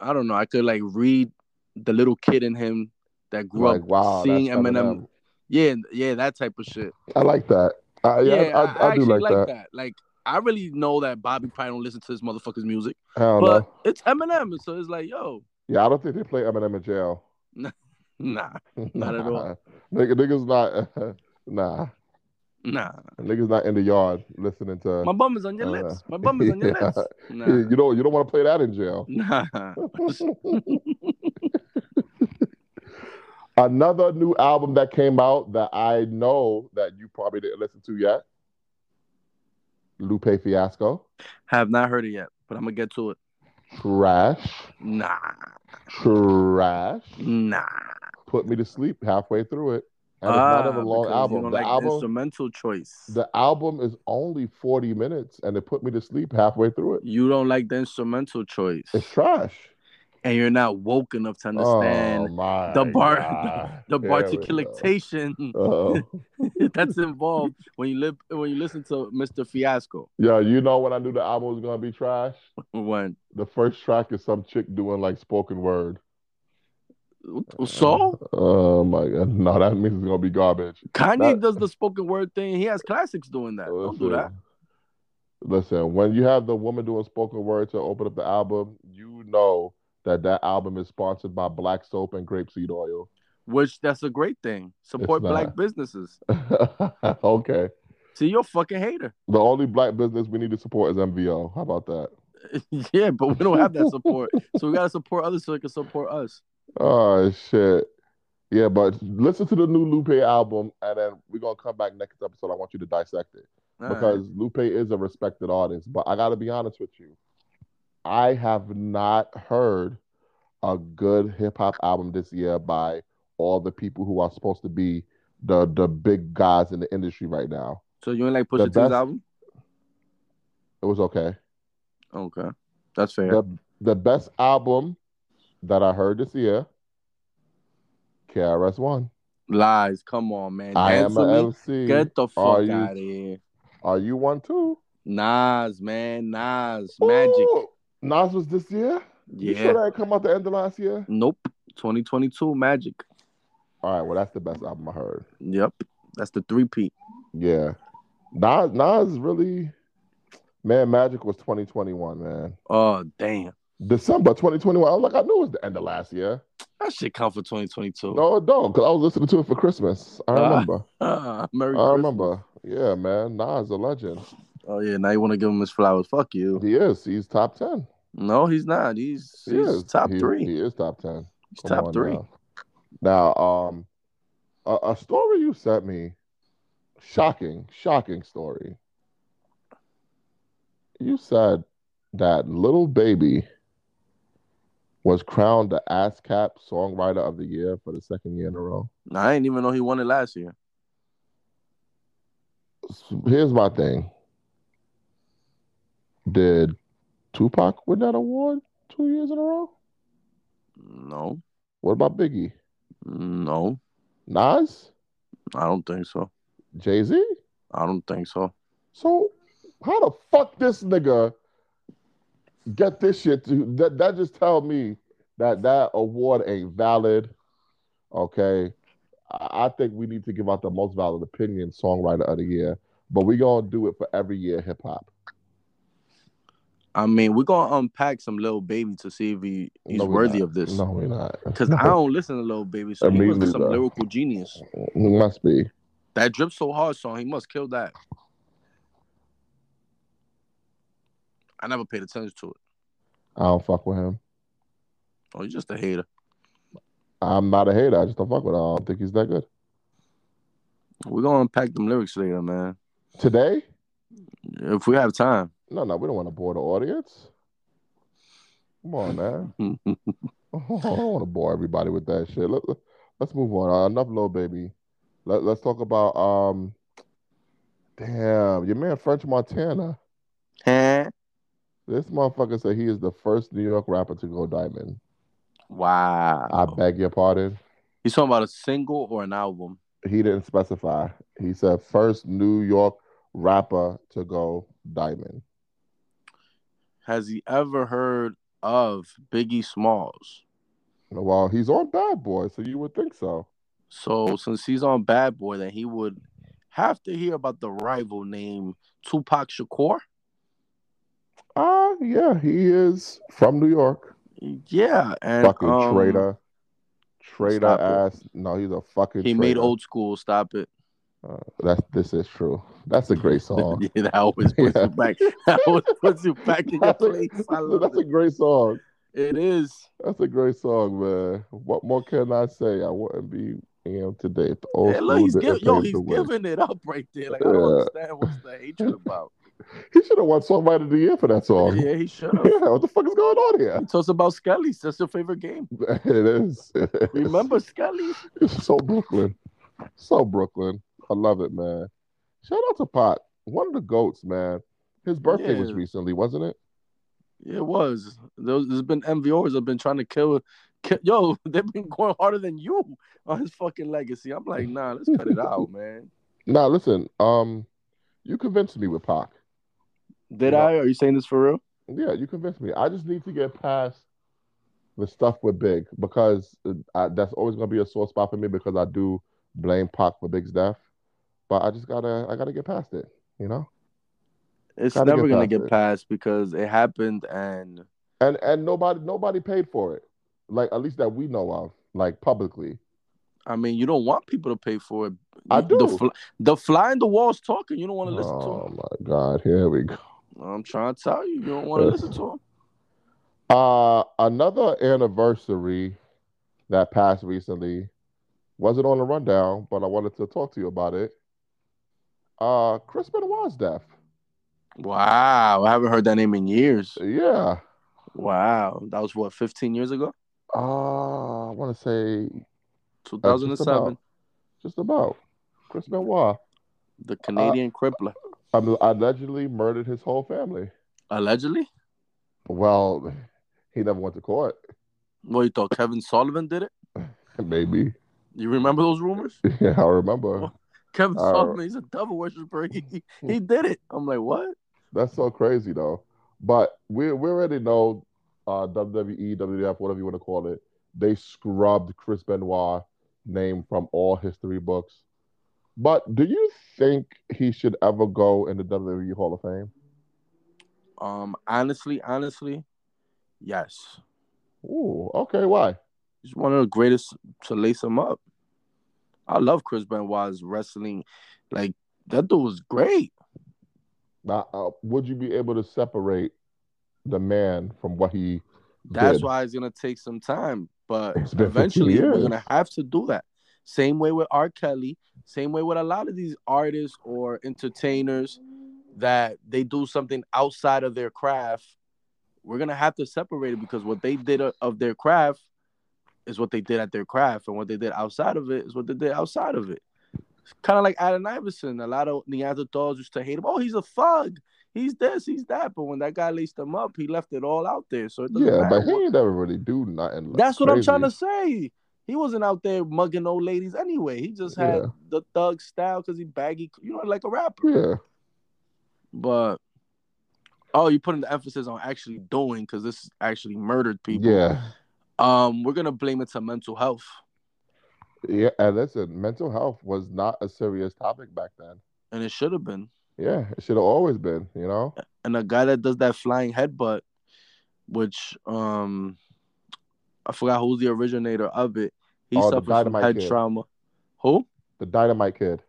I don't know. I could like read the little kid in him that grew Like up wow, seeing that's Eminem. Eminem. Yeah, yeah, that type of shit. I like that. I, yeah, I, I, do actually like, that. Like I really know that Bobby probably don't listen to this motherfucker's music, I don't but know. it's Eminem, so it's like, yo, Yeah, I don't think they play Eminem in jail. nah, Not at all. Nigga, niggas not. nah, nah. niggas not in the yard listening to. My bum is on your Uh, lips. My bum is on your yeah. lips. You Nah, you don't. You don't want to play that in jail. nah. Another new album that came out that I know that you probably didn't listen to yet. Lupe Fiasco, Have not heard it yet, but I'm gonna get to it. trash, Nah, trash. nah. Put me to sleep halfway through it, and it's not even a long Ah, because you album. don't The like album, instrumental choice. the album is only forty minutes, and it put me to sleep halfway through it. You don't like the instrumental choice, It's trash. and you're not woke enough to understand oh my the bar- God. Here the we go. particulation Uh-oh. that's involved when you live when you listen to Mr. Fiasco. Yeah, you know when I knew the album was gonna be trash. When The first track is some chick doing like spoken word. Uh, so Oh my god, no, that means it's gonna be garbage. Kanye That- Oh, does the spoken word thing. He has classics doing that. Don't do that. Listen, when you have the woman doing spoken word to open up the album, you know that that album is sponsored by black soap and grapeseed oil. Which that's a great thing. Support It's not. black businesses. okay, See, you're a fucking hater. the only black business we need to support is MVO. How about that? yeah, but we don't have that support, so we gotta support others so they can support us. Oh shit. Yeah, but listen to the new Lupe album and then we're gonna come back next episode. I want you to dissect it. All right. Because Lupe is a respected artist, but I gotta be honest with you. I have not heard a good hip hop album this year by all the people who are supposed to be the the big guys in the industry right now. so you ain't like the Pusha T's best- album? It was okay. Okay, that's fair. The the best album that I heard this year, KRS One. Lies. Come on, man. I am Answer a me. MC. Get the fuck Are you- out of here. Are you one too? Nas, man, Nas, Magic. Ooh, Nas was this year? You Yeah. sure that come out the end of last year? Nope. 2022 Magic. All right, well, that's the best album I heard. Yep. That's the three P. Yeah. Nas, Nas really, man, Magic was 2021, man. Oh damn. December 2021. I was like, I knew it was the end of last year. That shit count for 2022. No, it don't, because I was listening to it for Christmas. I Ah, remember. Ah, I Merry Christmas. remember. Yeah, man. Nas a legend. Oh yeah. Now you want to give him his flowers? Fuck you. He is. He's top 10. No, he's not. He's He he's is. top He- three. He is top 10. he's Come top on three. Now, Now, um, a, a story you sent me shocking, shocking story. You said that Little Baby was crowned the ASCAP Songwriter of the Year for the second year in a row. I didn't even know he won it last year. So here's my thing. Did Tupac win that award two years in a row? No, What about Biggie? no, Nas? I don't think so. Jay Z? I don't think so. So how the fuck this nigga get this shit to that that just tell me that that award ain't valid. Okay. I, I think we need to give out the most valid opinion songwriter of the year, but we gonna do it for every year hip hop. I mean, we're gonna unpack some little baby to see if he, he's No, we're worthy not. of this. No, we're not. Cause I don't listen to little baby, so And he me must be some neither. lyrical genius. It must be. That drip so hard song, he must kill that. I never paid attention to it. I don't fuck with him. Oh, he's just a hater. I'm not a hater. I just don't fuck with him. I don't think he's that good. We're gonna unpack them lyrics later, man. Today? If we have time. No, no, we don't want to bore the audience. Come on, man. I don't want to bore everybody with that shit. Let, us move on. Uh, enough, little baby. Let, let's talk about um. Damn, your man French Montana. Huh? This motherfucker said he is the first New York rapper to go diamond. wow. I beg your pardon. He's talking about a single or an album. He didn't specify. He said first New York rapper to go diamond. Has he ever heard of Biggie Smalls? Well, he's on Bad Boy, so you would think so. So since he's on Bad Boy, then he would have to hear about the rival named Tupac Shakur. Ah, yeah, he is from New York. Yeah, and Fucking um, traitor. Traitor stop it. ass. No, he's a fucking He made traitor. old school. Stop it. Uh, that's this is true. That's a great song. yeah, that always puts Yeah. you back. That always puts you back in your That's a- place. I love that's a it. great song. It is. That's a great song, man. What more can I say? I wouldn't be am today. if The old Yeah, look, he's school give, didn't yo, pave he's the way. giving it up right there. Like I don't Yeah. understand what's the hatred about. He should have won Songwriter of the Year for that song. Yeah, he should have. Yeah, what the fuck is going on here? He tells about Skelly's. That's your favorite game. It is. It is. Remember Skelly's? It's so Brooklyn. So Brooklyn. I love it, man. Shout out to Pot. One of the goats, man. His birthday was Yeah. recently, wasn't it? It was. Those- There's been MVOs have been trying to kill, kill. Yo, they've been going harder than you on his fucking legacy. I'm like, nah, let's cut it out, man. Now listen, um, you convinced me with Pac. Did Yeah. I? Are you saying this for real? Yeah, you convinced me. I just need to get past the stuff with Big because uh, I, that's always gonna be a sore spot for me because I do blame Pac for Big's death, but I just gotta I gotta get past it. You know, It's Gotta never get gonna past get it. past because it happened and and and nobody nobody paid for it, like at least that we know of, like publicly. I mean, you don't want people to pay for it. I You- The, do. fl- the fly in the wall's talking. You don't want to listen Oh my God, here we go. to him. I'm trying to tell you, you don't want to listen to him. Uh, another anniversary that passed recently wasn't on the rundown, but I wanted to talk to you about it. Uh, Chris Benoit's death. Wow, I haven't heard that name in years. Yeah. Wow, that was what 15 years ago, Uh, I want to say uh, just 2007. about- Just about. Chris Benoit The Canadian crippler, um, allegedly murdered his whole family. allegedly. Well, he never went to court. What you thought? Kevin Sullivan did it? Maybe. You remember those rumors? Yeah, I remember. Kevin Uh, hmm. Sullivan, he's a devil worshiper. He, he- he did it. I'm like, what? That's so crazy though. But we we already know uh, WWE, WWF, whatever you want to call it, they scrubbed Chris Benoit name from all history books. But do you think he should ever go in the WWE Hall of Fame? Um, honestly, honestly, yes. Ooh, okay, why? He's one of the greatest to lace him up. I love Chris Benoit's wrestling. Like that dude was great. Now, uh, would you be able to separate the man from what he? That's Good. why it's gonna take some time, but It's been 15 eventually we're years. gonna have to do that. Same way with R. Kelly. Same way with a lot of these artists or entertainers that they do something outside of their craft. We're gonna have to separate it because what they did o- of their craft is what they did at their craft, and what they did outside of it is what they did outside of it. It's kind of like Allen Iverson. A lot of Neanderthals used to hate him. Oh, he's a thug. He's this. He's that. But when that guy laced him up, he left it all out there. So it doesn't Yeah, matter but he what- ain't never really do nothing. like that's what I'm crazy. trying to say. He wasn't out there mugging old ladies anyway. He just had Yeah. the thug style because he baggy, you know, like a rapper. Yeah, But oh, you're putting the emphasis on actually doing because this actually murdered people. yeah, Um, we're gonna blame it to mental health. yeah. And listen, mental health was not a serious topic back then. And it should have been. Yeah, it should have always been. You know. And a guy that does that flying headbutt, which um I forgot who's the originator of it. He Oh, the suffered from Dynamite head Kid. trauma. Who? The Dynamite Kid.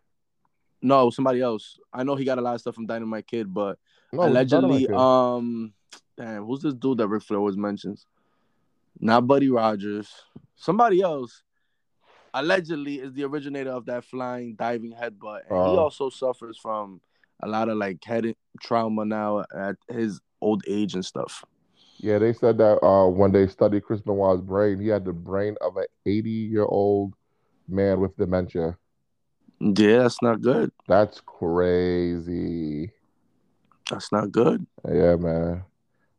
No, somebody else. I know he got a lot of stuff from Dynamite Kid, but No, it was the allegedly, Dynamite Kid. um, damn, who's this dude that Ric Flair always mentions? Not Buddy Rogers, somebody else. Allegedly, is the originator of that flying diving headbutt, and he Oh. also suffers from a lot of like head trauma now at his old age and stuff. Yeah, they said that uh, when they studied Chris Benoit's brain, he had the brain of an 80 year old man with dementia. Yeah, that's not good. That's crazy. That's not good. Yeah, man.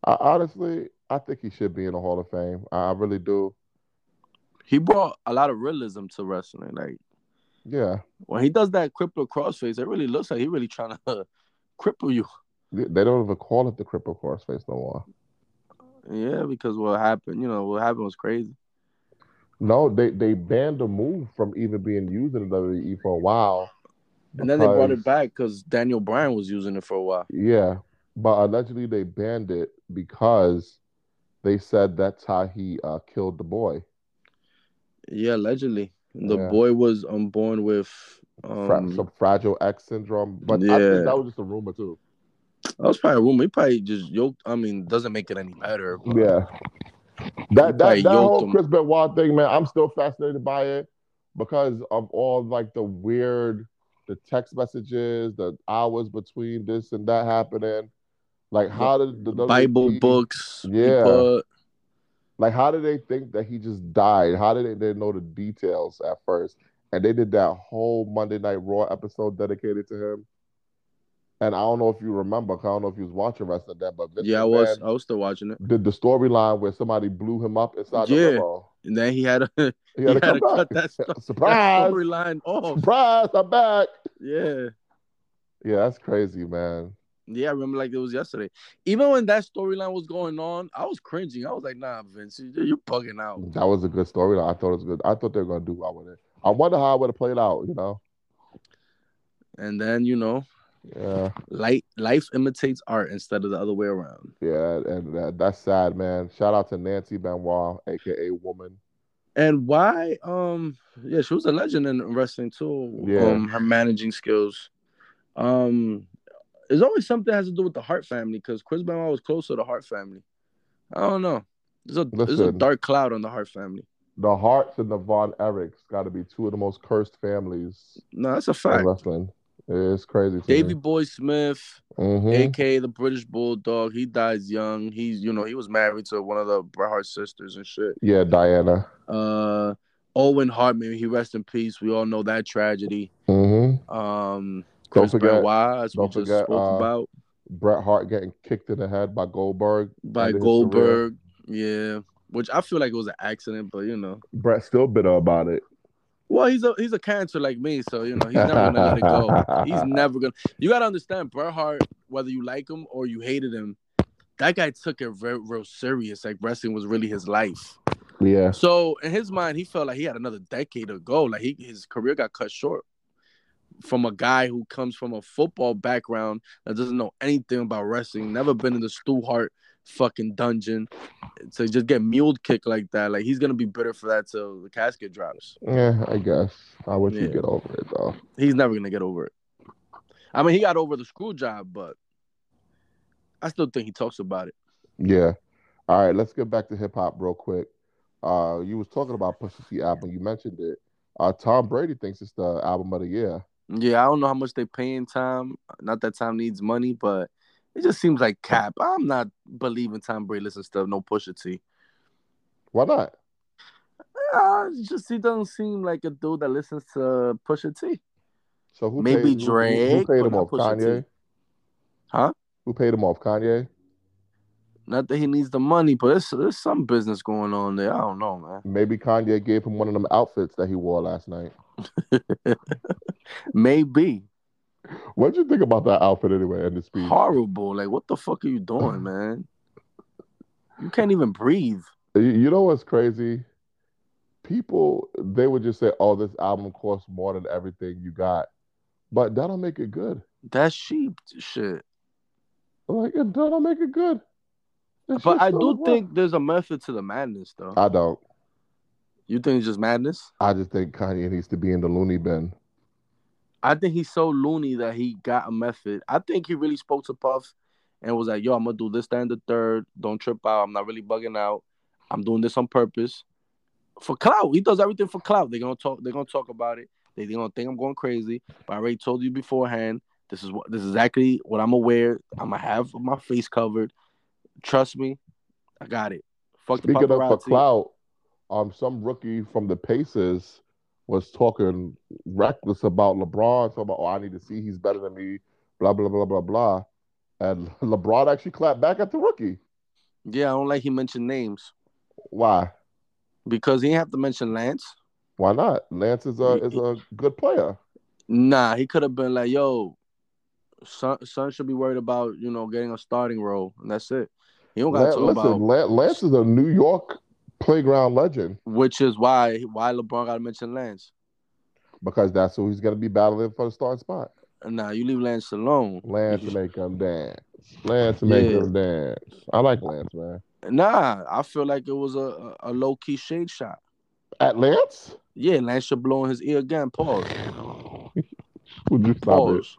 I, honestly, I think he should be in the Hall of Fame. I, I really do. He brought a lot of realism to wrestling. Like Yeah, when he does that cripple crossface, it really looks like he really trying to cripple you. they they don't even call it the cripple crossface no more. Yeah, because what happened, you know, what happened was crazy. No, they, they banned the move from even being used in the WWE for a while. And then they brought because- it back because Daniel Bryan was using it for a while. Yeah, but allegedly they banned it because they said that's how he uh, killed the boy. Yeah, allegedly. The Yeah. boy was um, born with. Fra- Um, some fragile X syndrome, but I yeah. think that was just a rumor too. that was probably a rumor. He probably just yoked. I mean, doesn't make it any better. but- Yeah, Probably that that, that yoked whole him. Chris Benoit thing, man, I'm still fascinated by it because of all like the weird, the text messages, the hours between this and that happening. Like, how did the E, Bible WWE books. he Yeah. put- Like, how did they think that he just died? How did they, they know the details at first? And they did that whole Monday Night Raw episode dedicated to him. And I don't know if you remember, 'cause I don't know if you was watching wrestling then, but Vince yeah, I was. McMahon I was still watching it. did the storyline where somebody blew him up inside Yeah. the limo. And then he had a He he had had to to come back. cut that, sto- that Surprise! storyline off. Surprise! I'm back. Yeah. Yeah, that's crazy, man. Yeah, I remember like it was yesterday. Even when that storyline was going on, I was cringing. I was like, "Nah, Vince, you- you're bugging out." That was a good storyline. I thought it was good. I thought they were gonna do well with it. I wonder how it would have played out. You know? And then you know, Yeah. light life imitates art instead of the other way around. Yeah, and that, that's sad, man. Shout out to Nancy Benoit, aka Woman. And why? Um, yeah, she was a legend in wrestling too. Yeah. Um, her managing skills. Um, there's always something that has to do with the Hart family because Chris Benoit was close to the Hart family. I don't know. There's a there's a Listen. dark cloud on the Hart family. The Hearts and the Von Erichs got to be two of the most cursed families No, that's a in fact. wrestling. It's crazy. To me. Davy Boy Smith. Mhm. aka the British Bulldog. He dies young. He's you know he was married to one of the Bret Hart sisters and shit. Yeah, Diana. Uh, Owen Hart, maybe he rest in peace. We all know that tragedy. hmm Don't Um, Chris forget Benoit, as we don't just forget, spoke uh, about Bret Hart getting kicked in the head by Goldberg. by and his Goldberg. Yeah, which I feel like it was an accident, but you know, Bret's still bitter about it. well he's a he's a cancer like me, so you know he's never gonna let it go. He's never gonna. You gotta understand Bret Hart, whether you like him or you hated him. That guy took it real, real serious. Like wrestling was really his life. Yeah. So in his mind, he felt like he had another decade to go. Like he, his career got cut short from a guy who comes from a football background that doesn't know anything about wrestling, never been in the Stu Hart fucking dungeon. To just get mule kicked like that, like he's gonna be bitter for that till the casket drops. Yeah, I guess. I wish you Yeah. get over it though. He's never gonna get over it. I mean, he got over the screw job, but I still think he talks about it. Yeah. All right, let's get back to hip hop real quick. Uh, you was talking about Pusha T album. You mentioned it. Uh, Tom Brady thinks it's the album of the year. Yeah, I don't know how much they paying Tom. Not that Tom needs money, but it just seems like cap. I'm not believing Tom Brady listens to no Pusha T. Why not? Uh, it's just he doesn't seem like a dude that listens to Pusha T. So who paid, Maybe who- who- Who, Drake, paid but him not off? Pusha T. Kanye. Huh? Who paid him off? Kanye. Not that he needs the money, but it's there's some business going on there. I don't know, man. Maybe Kanye gave him one of them outfits that he wore last night. Maybe What'd you think about that outfit anyway? And the Mm. speech. horrible. Like, what the fuck are you doing, man? You can't even breathe. You- You know what's crazy? People they would just say, "Oh, this album costs more than everything you got," but that don't make it good. That sheep shit. Like it that don't make it good. That But shit I still do is work. think there's a method to the madness, though. I don't. You think it's just madness? I just think Kanye needs to be in the loony bin. I think he's so loony that he got a method. I think he really spoke to Puff and was like, yo, I'm going to do this, that, and the third. Don't trip out. I'm not really bugging out. I'm doing this on purpose. For clout. He does everything for clout. They're gonna talk, they're gonna talk about it. They, they're gonna think I'm going crazy. But I already told you beforehand, this is what this is exactly what I'm aware. I'm gonna have my face covered. Trust me, I got it. Fuck Speaking the of for paparazzi. clout, um, some rookie from the Pacers was talking reckless about LeBron, talking about, "Oh, I need to see he's better than me," blah blah blah blah blah, and LeBron actually clapped back at the rookie. Yeah, I don't like he mentioned names. Why? Because he didn't have to mention Lance. Why not? Lance is a is a good player. Nah, he could have been like, yo, son, son should be worried about, you know, getting a starting role. And that's it. He don't got to Lan- talk listen, about Lan- Lance is a New York playground legend which is why why LeBron gotta mention Lance. because that's who he's gonna be battling for the starting spot. Nah, you leave Lance alone. Lance to make him dance. Lance to Yeah. make him dance. I like Lance, man. Nah, I feel like it was a, a, a low key shade shot. At Lance? Yeah, Lance should blow in his ear again. Pause. Would you stop it? Pause.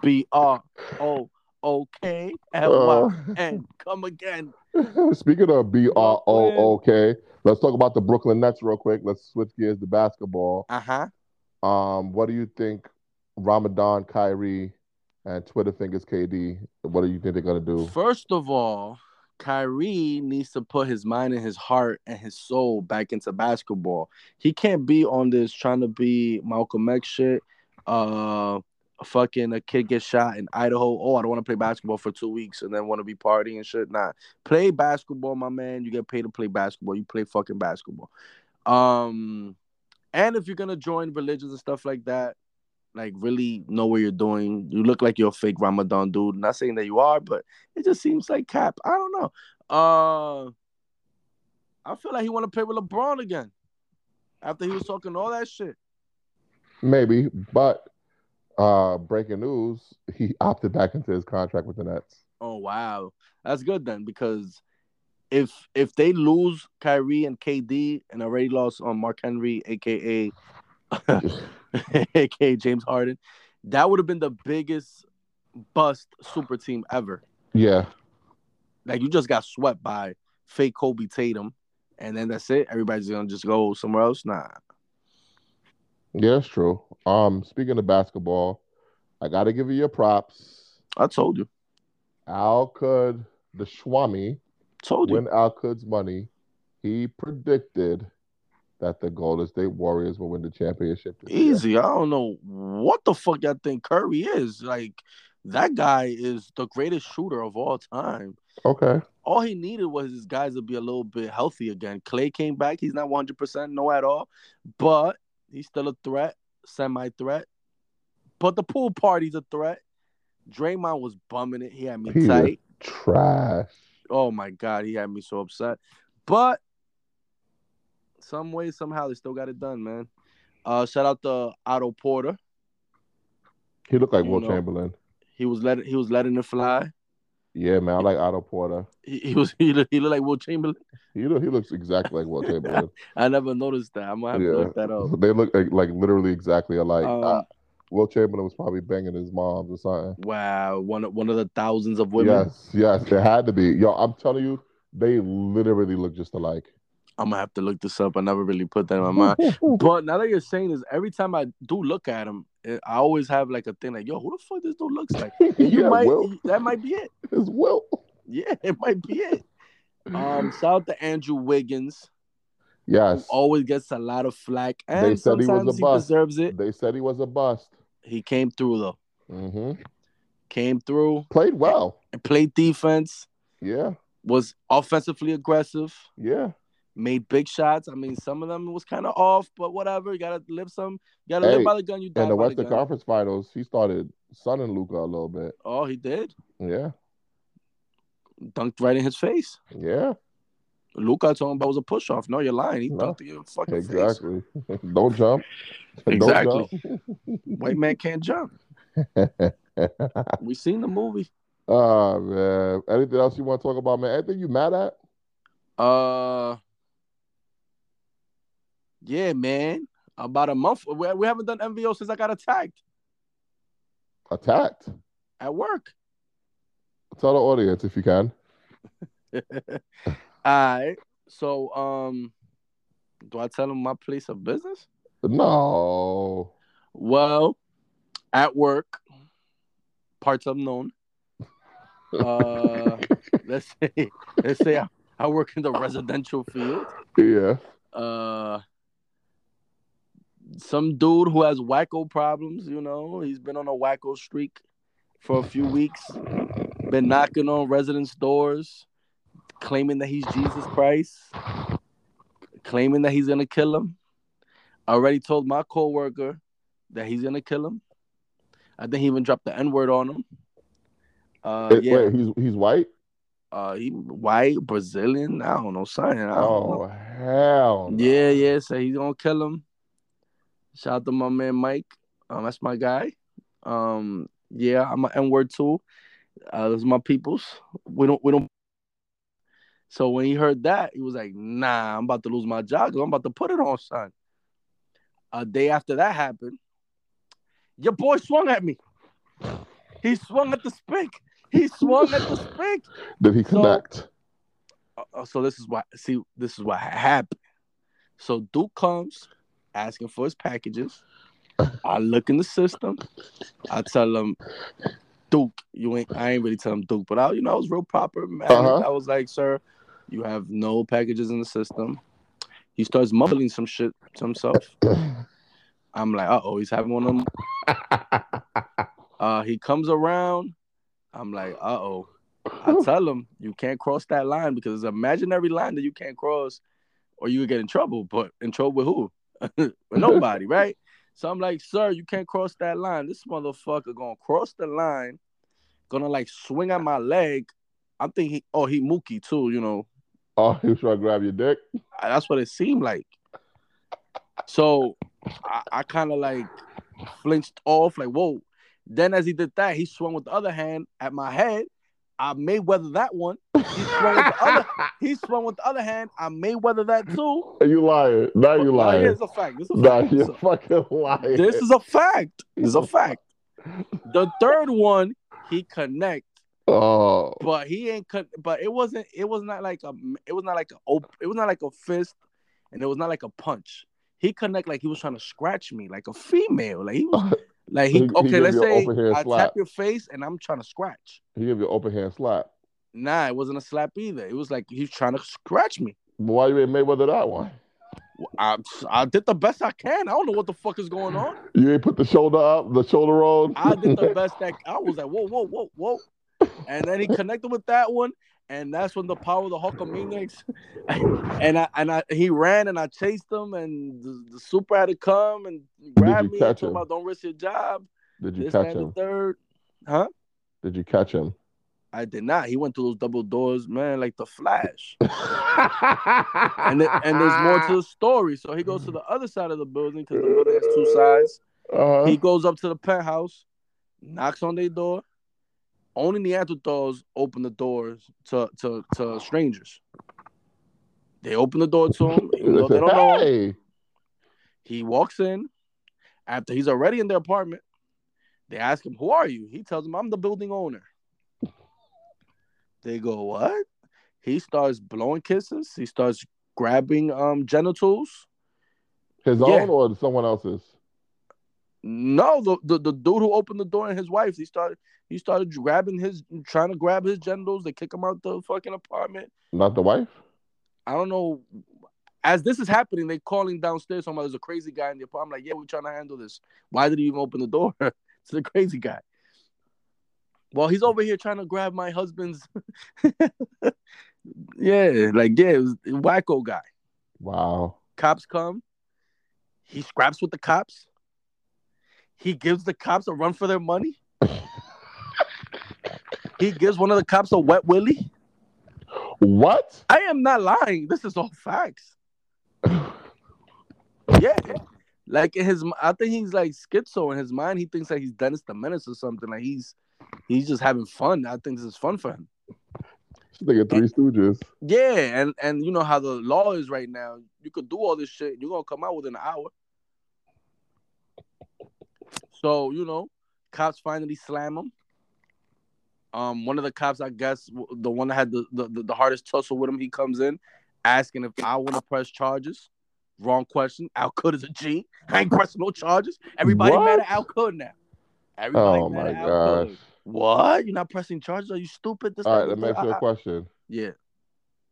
B R O O K L Y N. Come again. Uh, Speaking of B R O O K, let's talk about the Brooklyn Nets real quick. Let's switch gears to basketball. Uh huh. Um, what do you think Ramadan, Kyrie, and Twitter fingers KD? What do you think they're gonna do? First of all, Kyrie needs to put his mind and his heart and his soul back into basketball. He can't be on this trying to be Malcolm X shit. Uh, fucking a kid gets shot in Idaho. Oh, I don't want to play basketball for two weeks and then want to be partying and shit. Nah, play basketball, my man. You get paid to play basketball. You play fucking basketball. Um, and if you're gonna join religions and stuff like that, like really know what you're doing. You look like you're a fake Ramadan dude. Not saying that you are, but it just seems like cap. I don't know. Uh I feel like he want to play with LeBron again after he was talking all that shit. Maybe, but uh, breaking news: he opted back into his contract with the Nets. Oh wow, that's good then because if if they lose Kyrie and KD and already lost on Mark Henry, aka aka James Harden, that would have been the biggest bust super team ever. Yeah, Like you just got swept by fake Kobe Tatum, and then that's it. Everybody's gonna just go somewhere else. Nah, yeah, that's true. Um, speaking of basketball, I gotta give you your props. I told you, Al Kud, the Swami, told you. win Al Kud's money. He predicted that the Golden State Warriors will win the championship. This year. Easy. I don't know what the fuck y'all think Curry is. Like that guy is the greatest shooter of all time. Okay. All he needed was his guys to be a little bit healthy again. Clay came back. He's not 100%, no at all, but he's still a threat, semi threat. But the pool party's a threat. Draymond was bumming it. He had me He was- tight. Trash. Oh my God, he had me so upset. But some way, somehow, they still got it done, man. Uh, shout out to Otto Porter. He looked like You Will know. Chamberlain. He was letting he was letting it fly. Yeah, man. I like Otto Porter. He, he was he looked, he looked like Will Chamberlain. He look, he looks exactly like Will Chamberlain. I never noticed that. I'm gonna have to look that up. They look like, like literally exactly alike. Um, Uh, Will Chamberlain was probably banging his mom or something. Wow, one of- one of the thousands of women. Yes, yes, it had to be. Yo, I'm telling you, they literally look just alike. I'm gonna have to look this up. I never really put that in my mind. But now that you're saying this, every time I do look at him, it- I always have like a thing like, yo, who the fuck this dude looks like? You yeah, might Wilt. that might be it. It's Wilt. Yeah, it might be it. Mm-hmm. Um, oh, shout out to Andrew Wiggins, who yes. always gets a lot of flack, and They said he was sometimes a he bust. deserves it. They said he was a bust. He came through though. hmm Came through Played well. and played defense. Yeah. Was offensively aggressive. Yeah. Made big shots. I mean, some of them was kind of off, but whatever. You gotta live some. You gotta Hey, live by the gun. You die In the by the Western gun. Conference Finals, he started sunning Luca a little bit. Oh, he did. Yeah. Dunked right in his face. Yeah. Luca told him about was a push off. No, you're lying. He No. dunked in your fucking face. Exactly. Don't jump. Exactly. White man can't jump. Don't jump. We seen the movie. oh man. Anything else you want to talk about, man? Anything you mad at? Uh, yeah, man. About a month. We, we haven't done MVO since I got attacked Attacked. at work. Tell the audience if you can. All right. So, um, do I tell him my place of business? No. Well, at work, parts unknown. Uh, let's say let's say I, I work in the residential field. Yeah. Uh, some dude who has wacko problems. You know, he's been on a wacko streak for a few weeks. Been knocking on residents' doors, claiming that he's Jesus Christ, claiming that he's gonna kill him. I already told my coworker that he's gonna kill him. I think he even dropped the N word on him. Uh, Wait, yeah, Wait, he's he's white? uh, he white Brazilian. I don't know something. I don't know. Oh hell. no. Yeah, yeah. So he's gonna kill him. Shout out to my man Mike. Um, that's my guy. Um, yeah, I'm an N word too. Uh, those are my peoples. We don't, we don't. So when he heard that, he was like, "Nah, I'm about to lose my job. 'cause I'm about to put it on, son." A day after that happened, your boy swung at me. He swung at the spink. He swung at the spink. Did he So- connect? Uh, uh, so this is what see this is what ha- happened. So Duke comes asking for his packages. I look in the system. I tell him, Duke, you ain't. I ain't really tell him Duke, but I, you know, I was real proper. Man. Uh-huh. I was like, sir, you have no packages in the system. He starts mumbling some shit to himself. I'm like, uh oh, he's having one of them. Uh, he comes around. I'm like, uh oh. I tell him you can't cross that line because it's an imaginary line that you can't cross, or you could get in trouble. But in trouble with who? with nobody, right? So I'm like, sir, you can't cross that line. This motherfucker gonna cross the line, gonna like swing at my leg. I'm thinking, he, oh, he Mookie too, you know. oh, he was trying to grab your dick. I- That's what it seemed like. So I, I kind of like flinched off, like, whoa. Then as he did that, he swung with the other hand at my head. I may weather that one. He swung with the other, he swung with the other hand. I may weather that too. You lying. Now you Like, lying. it's a fact. This is a Nah, fact. you're So- fucking lying. this is a fact. This is a fact. The third one, he connect, oh. but he ain't. Con- but it wasn't. It was not like a. It was not like a. op- It was not like a fist, and it was not like a punch. He connect like he was trying to scratch me, like a female. Like he was. Like He- he. he Okay, give let's you an say open hand I slap. tap your face, and I'm trying to scratch. He gave you an open hand slap. Nah, it wasn't a slap either. It was like he was trying to scratch me. But why you ain't Mayweather that one? I, I did the best I can. I don't know what the fuck is going on. You ain't put the shoulder up, the shoulder roll. I did the best that I was like, whoa, whoa, whoa, whoa. And then he connected with that one. And that's when the power of the Hulkamaniacs, and I and I he ran and I chased him and the, the super had to come and grab you me and catch told him? him I don't risk your job. Did you this catch that, and him? the third, huh? Did you catch him? I did not. He went through those double doors, man, like the Flash. And th- and there's more to the story. So he goes to the other side of the building because the building has two sides. Uh-huh. He goes up to the penthouse, knocks on their door. Only Neanderthals open the doors to, to, to strangers. They open the door to him. even though They said, they don't know him. hey, He walks in. After he's already in their apartment, they ask him, Who are you? He tells them, I'm the building owner. They go, What? He starts blowing kisses. He starts grabbing um genitals. His Yeah. own or someone else's? No, the, the the dude who opened the door and his wife, he started he started grabbing his trying to grab his genitals. They kick him out the fucking apartment. Not the wife? I don't know. As this is happening, they calling downstairs. Somebody there's a crazy guy in the apartment. I'm like, yeah, we're trying to handle this. Why did he even open the door to the crazy guy? Well, he's over here trying to grab my husband's. yeah, like yeah, it was a wacko guy. Wow. Cops come. He scraps with the cops. He gives the cops a run for their money. he gives one of the cops a wet willy. What? I am not lying. This is all facts. Yeah. Like in his, I think he's like schizo in his mind. He thinks like he's Dennis the Menace or something. Like he's, he's just having fun. I think this is fun for him. She's thinking Three Stooges. Yeah, and and you know how the law is right now. You could do all this shit. You're gonna come out within an hour. So you know, cops finally slam him. Um, one of the cops, I guess, w- the one that had the the, the, the hardest tussle with him, he comes in asking if I want to press charges. Wrong question. Al Kud is a G. I ain't pressing no charges. Everybody What? mad at Al Kud now. Everybody oh mad my at Al gosh. Kud. What? You're not pressing charges? Are you stupid? This All right, let that, me this, ask you ah, a ah. question. Yeah.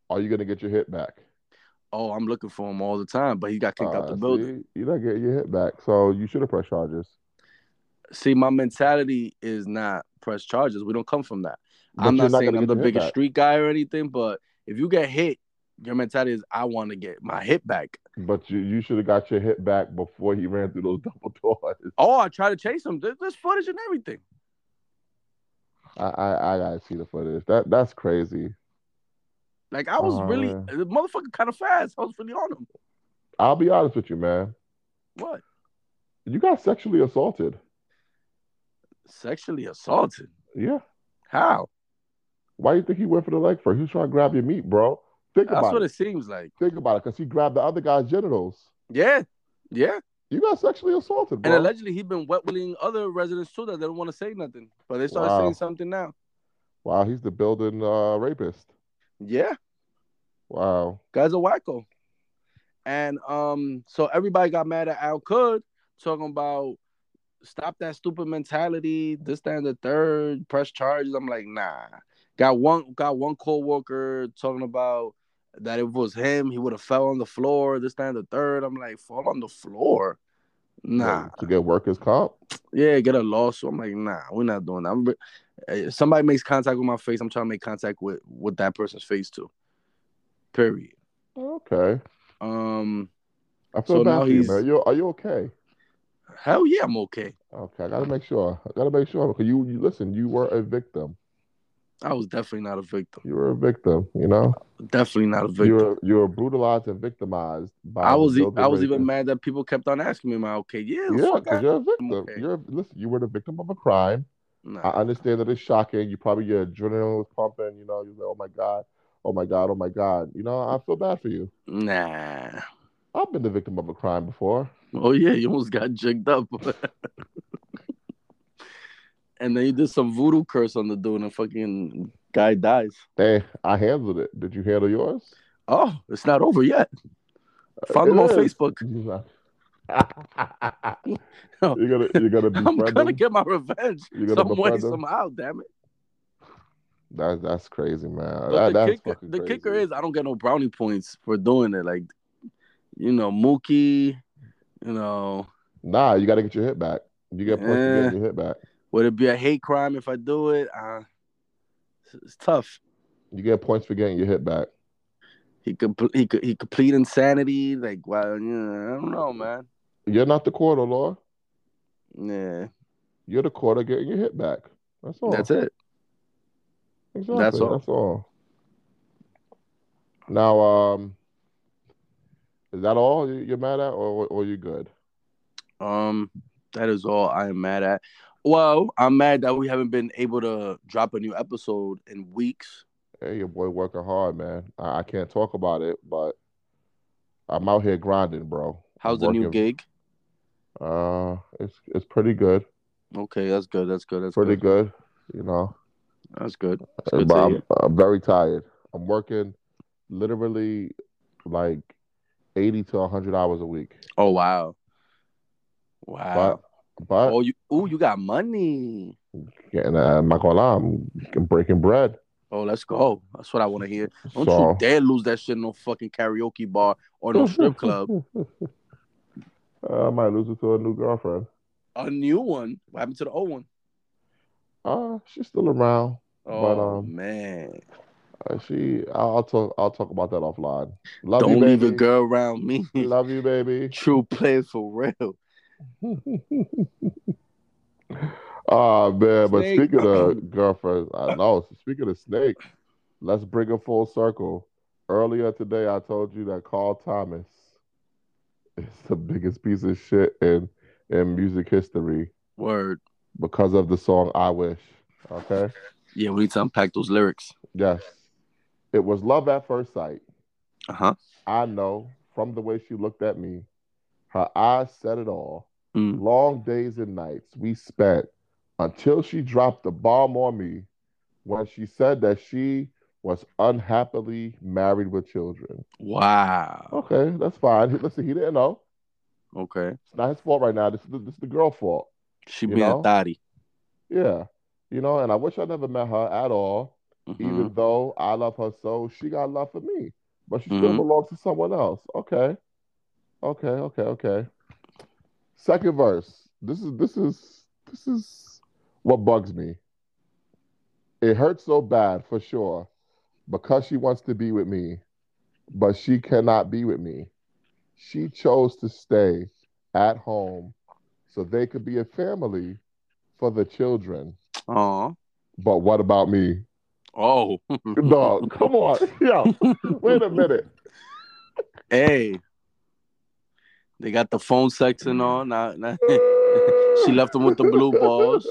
Are you gonna get your hit back? Oh, I'm looking for him all the time, but he got kicked out Uh, the building. see, you're not getting your hit back, so you should have pressed charges. See, my mentality is not press charges. We don't come from that. But I'm you're not, saying gonna I'm get the your hit biggest back. street guy or anything, but if you get hit, your mentality is I want to get my hit back. But you, you should have got your hit back before he ran through those double doors. Oh, I try to chase him. There- There's footage and everything. I I, I gotta see the footage. That that's crazy. Like I was Oh, really yeah. the motherfucker kind of fast. I was really on him. I'll be honest with you, man. What? You got sexually assaulted. Sexually assaulted? Yeah. How? Why you think he went for the leg first? He was trying to grab your meat, bro. Think That's about what it. it seems like. Think about it, because he grabbed the other guy's genitals. Yeah, yeah. You got sexually assaulted, bro. And allegedly he'd been wet willing other residents too that they don't want to say nothing, but they started Wow. saying something now. wow, he's the building uh, rapist. Yeah. Wow. Guy's a wacko. And um, so everybody got mad at Al Kud talking about stop that stupid mentality, this, that, and the third, press charges. I'm like, nah. Got one got one co-worker talking about that if it was him, he would have fell on the floor, this, that, and the third. I'm like, fall on the floor? Nah. To get workers comp. Yeah, get a lawsuit. I'm like, nah, we're not doing that. I'm re- eh, if somebody makes contact with my face, I'm trying to make contact with, with that person's face too. Period. Okay. Um, I feel So now bad for you, he's- man. You are you okay? Hell yeah, I'm okay. Okay, I gotta make sure. I gotta make sure because you, you listen. You were a victim. I was definitely not a victim. You were a victim. You know. Definitely not a You victim. were you were brutalized and victimized by. I was the e- building I was even rapist. mad that people kept on asking me, "Am I okay?" Yeah, the Yeah, fuck because I- you're a victim. okay. You're listen. You were the victim of a crime. I Nah. understand that it's shocking. You probably your adrenaline was pumping. You know, you like, oh my god, oh my god, oh my god. You know, I feel bad for you. nah. I've been the victim of a crime before. Oh yeah, you almost got jigged up. and then you did some voodoo curse on the dude, and the fucking guy dies. Hey, I handled it. Did you handle yours? Uh, Oh, it's not over yet. Follow him on It is. Facebook. You're gonna you're gonna I'm befriend gonna him? get my revenge You're gonna some way, befriend him? somehow. Damn it! That, that's crazy, man. But That, the, that's kicker, fucking the crazy. kicker is I don't get no brownie points for doing it. Like, you know, Mookie, you know, nah. You got to get your hit back. You get points for Eh. getting your hit back. would it be a hate crime if I do it? Uh, it's- it's tough. You get points for getting your hit back. He could he could he could plead insanity. Like, well, yeah, I don't know, man. You're not the quarter, Law. Yeah, You're the quarter getting your hit back. That's all. that's it. Exactly. That's all. That's all. Now, um, is that all you- you're mad at, or or you good? Um, that is all I am mad at. Well, I'm mad that we haven't been able to drop a new episode in weeks. Hey, your boy working hard, man. I, I can't talk about it, but I'm out here grinding, bro. How's the I'm new working- gig? Uh, it's it's pretty good. Okay, that's good. That's good. That's Pretty good. good. You know, That's good. That's good but to I'm, hear. I'm very tired. I'm working literally like 80 to 100 hours a week. Oh wow. Wow. But, but oh you ooh, you got money. getting, uh, I'm not gonna lie, I'm breaking bread. Oh, let's go. That's what I want to hear. Don't So- you dare lose that shit in no fucking karaoke bar or no strip club. Uh, I might lose it to a new girlfriend. A new one. What happened to the old one? Uh, she's still around. Oh But, um, man. Uh, she, I'll, I'll talk. I'll talk about that offline. Love Don't you, leave a baby. girl around me. Love you, baby. True player for real. Ah man, but Snake. speaking of girlfriends, I know. Speaking of snake, let's bring it full circle. Earlier today, I told you that Carl Thomas is the biggest piece of shit in in music history Word. because of the song "I Wish." Okay. Yeah, we need to unpack those lyrics. Yes, it was love at first sight. Uh huh. I know from the way she looked at me, her eyes said it all. Mm. Long days and nights we spent until she dropped the bomb on me when she said that she was unhappily married with children. Wow. Okay, that's fine. He- Listen, he didn't know. Okay. It's not his fault right now. This is the, this is the girl's fault. She You being know? a thotty. Yeah. You know, and I wish I never met her at all. Mhm. Even though I love her so, she got love for me, but she still Mhm. belongs to someone else. Okay, okay, okay, okay. Second verse. This is this is this is what bugs me. It hurts so bad for sure, because she wants to be with me, but she cannot be with me. She chose to stay at home so they could be a family for the children. Aw. But what about me? Oh. Dog, come on. Yo, wait a minute. Hey. They got the phone sex and all. Now, now she left him with the blue balls.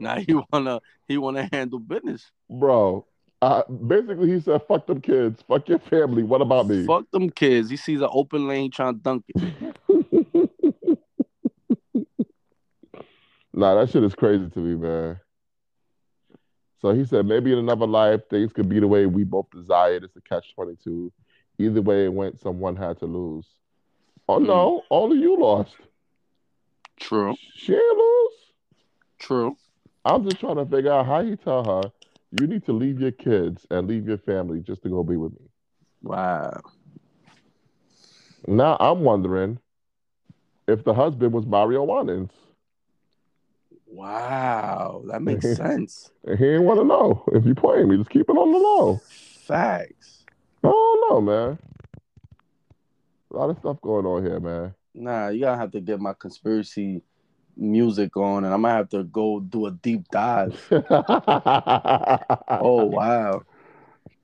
Now he wanna he wanna handle business. Bro, uh, basically, he said, fuck them kids. Fuck your family. What about me? Fuck them kids. He sees an open lane trying to dunk it. Nah, that shit is crazy to me, man. So he said, maybe in another life, things could be the way we both desired. It's a catch 22. Either way it went, someone had to lose. Oh, Hmm. no. Only you lost. True. She ain't lose. True. I'm just trying to figure out how you tell her you need to leave your kids and leave your family just to go be with me. Wow. Now I'm wondering if the husband was Mario Winans. Wow. That makes sense. And He didn't want to know. If you playing me, just keep it on the low. Facts. I don't know, man. A lot of stuff going on here, man. Nah, you gotta have to get my conspiracy music on, and I might have to go do a deep dive. Oh wow.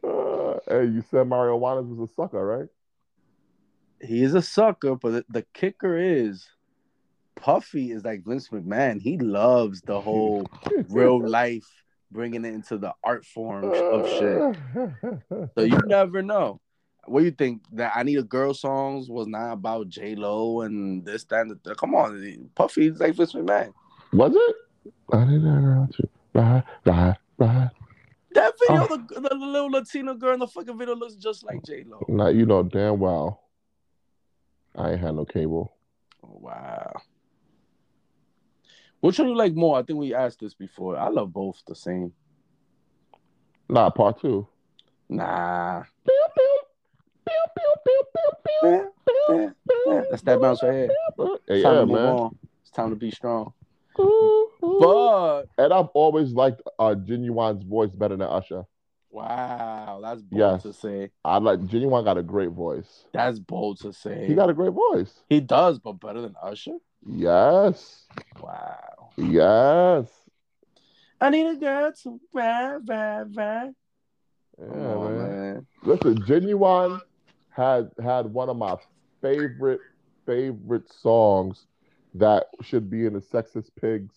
Uh, hey, you said Mario Winans was a sucker, right? He is a sucker, but the, the kicker is Puffy is like Vince McMahon. He loves the whole real life, bringing it into the art form of Uh. shit. So you never know. What do you think? That I Need a Girl songs was not about J Lo and this, that, and the third. Come on, Puffy is like Vince McMahon. Was it? I didn't around you. Right, right, right. That video, the, the little Latina girl in the fucking video looks just like J Lo. Oh, Now you know damn well. I ain't had no cable. wow. Which one you like more? I think we asked this before. I love both the same. Nah, part two. Nah. Pew, pew. Pew, pew, pew, pew, pew, pew, That's that bounce right here. pew. Hey, It's time yeah, to move man. on. It's time to be strong. Ooh, ooh. But and I've always liked uh, Genuine's voice better than Usher. wow, that's bold Yes. to say. I like Genuine got a great voice. That's bold to say. He got a great voice. He does, but better than Usher. Yes, Wow. yes. I need a girl to ride, ride, ride. Yeah, Come on, man. man. Listen, Genuine had had one of my favorite favorite songs that should be in the Sexist Pigs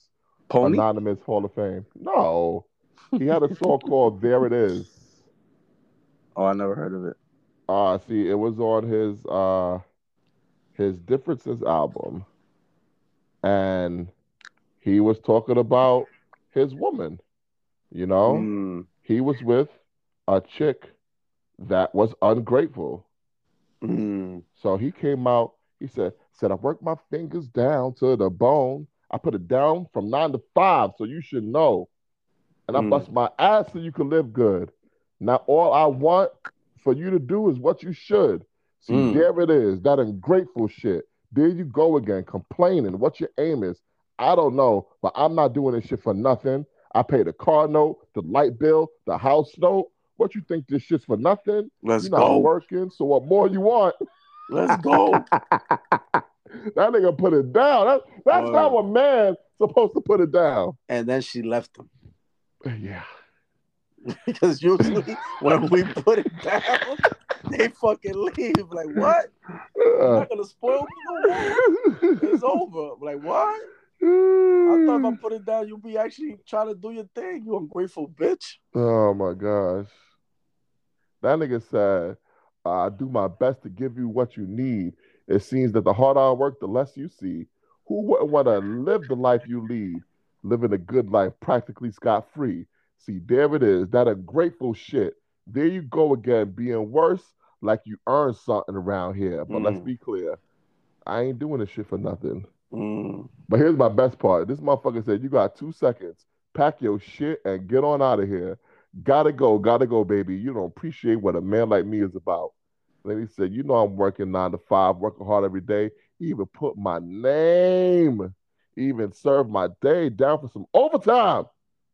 Pony. Anonymous Hall of Fame. No, he had a song called "There It Is." Oh, I never heard of it. Uh see, it was on his uh his Differences album, and he was talking about his woman. You know, Mm. he was with a chick that was ungrateful. Mm. So he came out. He said, "said I worked my fingers down to the bone. I put it down from nine to five, so you should know. And I Mm. bust my ass so you can live good. Now all I want for you to do is what you should. See, Mm. there it is, that ungrateful shit. There you go again, complaining. What your aim is? I don't know, but I'm not doing this shit for nothing. I pay the car note, the light bill, the house note. What you think this shit's for nothing? Let's You're not go. working, so what more you want? Let's go. That nigga put it down. That, that's Word. how a man supposed to put it down. and then she left him Yeah. because usually when we put it down, they fucking leave. Like what? Uh. I'm not gonna spoil the It's over. Like what? I thought if I put it down, you'd be actually trying to do your thing. You ungrateful bitch. oh my gosh. That nigga said, I do my best to give you what you need. It seems that the harder I work, the less you see. Who wouldn't want to live the life you lead? Living a good life, practically scot free. See, there it is. That ungrateful shit. There you go again, being worse like you earned something around here. But let's Mm. be clear I ain't doing this shit for nothing. Mm. But here's my best part. This motherfucker said, "You got two seconds. Pack your shit and get on out of here. Gotta go, gotta go, baby. You don't appreciate what a man like me is about." Then he said, "You know I'm working nine to five, working hard every day. He even put my name, he even served my day down for some overtime.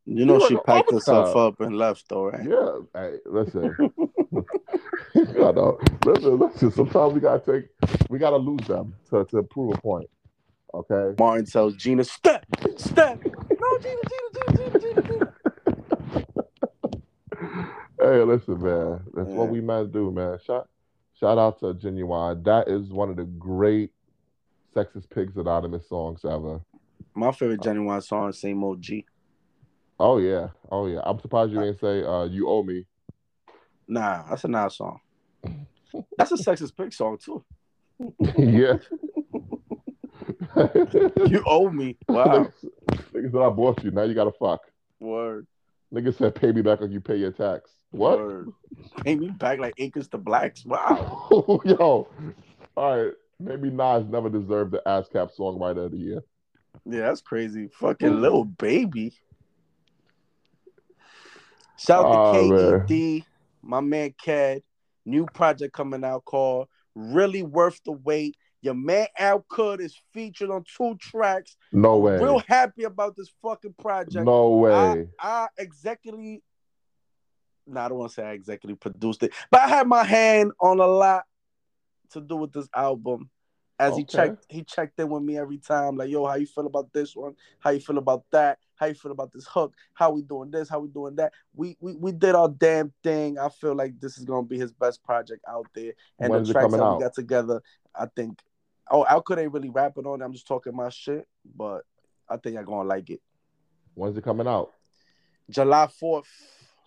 You know You she working packed herself overtime. up and left, though, right? Yeah, hey, listen, no, no. listen, listen. Sometimes we gotta take, we gotta lose them to to prove a point. Okay, Martin tells Gina, step, step. No, Gina, Gina, Gina, Gina, Gina, Gina. Hey, listen, man. That's what Yeah. we men do, man. Shout, shout out to Genuine. That is one of the great Sexist Pigs Anonymous songs ever. My favorite genuine song is Same OG. Oh yeah, oh yeah. I'm surprised you didn't say uh, "You Owe Me." Nah, that's a nice song. That's a sexist pig song too. yeah. You owe me. Wow. Nigga said I bought you. Now you gotta fuck. Word. Nigga said pay me back like you pay your tax. What? Word. Pay me back like Incas to blacks. Wow. Yo. All right. Maybe Nas never deserved the ASCAP Songwriter of the Year. Yeah, that's crazy. Fucking little baby. Shout out to Oh, KED, my man Cad. New project coming out called Really Worth the Wait. Your man Al Kud is featured on two tracks. No way. Real happy about this fucking project. No way. I executively, no, I don't want to say I executively produced it, but I had my hand on a lot to do with this album. As he Okay. checked, he checked in with me every time, like, "Yo, how you feel about this one? How you feel about that? How you feel about this hook? How we doing this? How we doing that?" We we, we did our damn thing. I feel like this is gonna be his best project out there, and When the is it tracks coming that out? we got together, I think. Oh, Alcud ain't really rapping on it. I'm just talking my shit, but I think y'all gonna like it. When's it coming out? July fourth.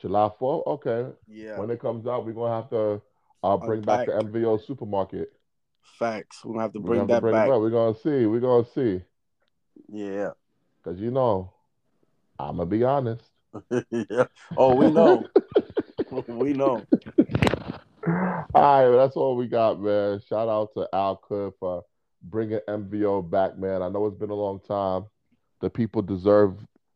July 4th? Okay. Yeah, When it comes out, we're gonna have to uh, bring back the MVO supermarket. facts. We're gonna have to We're gonna bring have to that bring it back. back. We're gonna see. We're gonna see. Yeah. Cause you know, I'ma be honest. yeah. Oh, we know. we know. All right, that's all we got, man. Shout out to Al Cliff for bringing MVO back, man. I know it's been a long time. The people deserve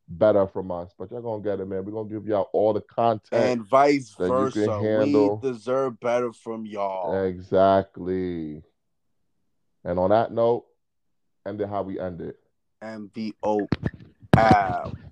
better from us, but y'all gonna get it, man. We're gonna give y'all all the content. And vice That you can versa. handle. We deserve better from y'all. exactly. And on that note, end it how we end it. MVO. Ow.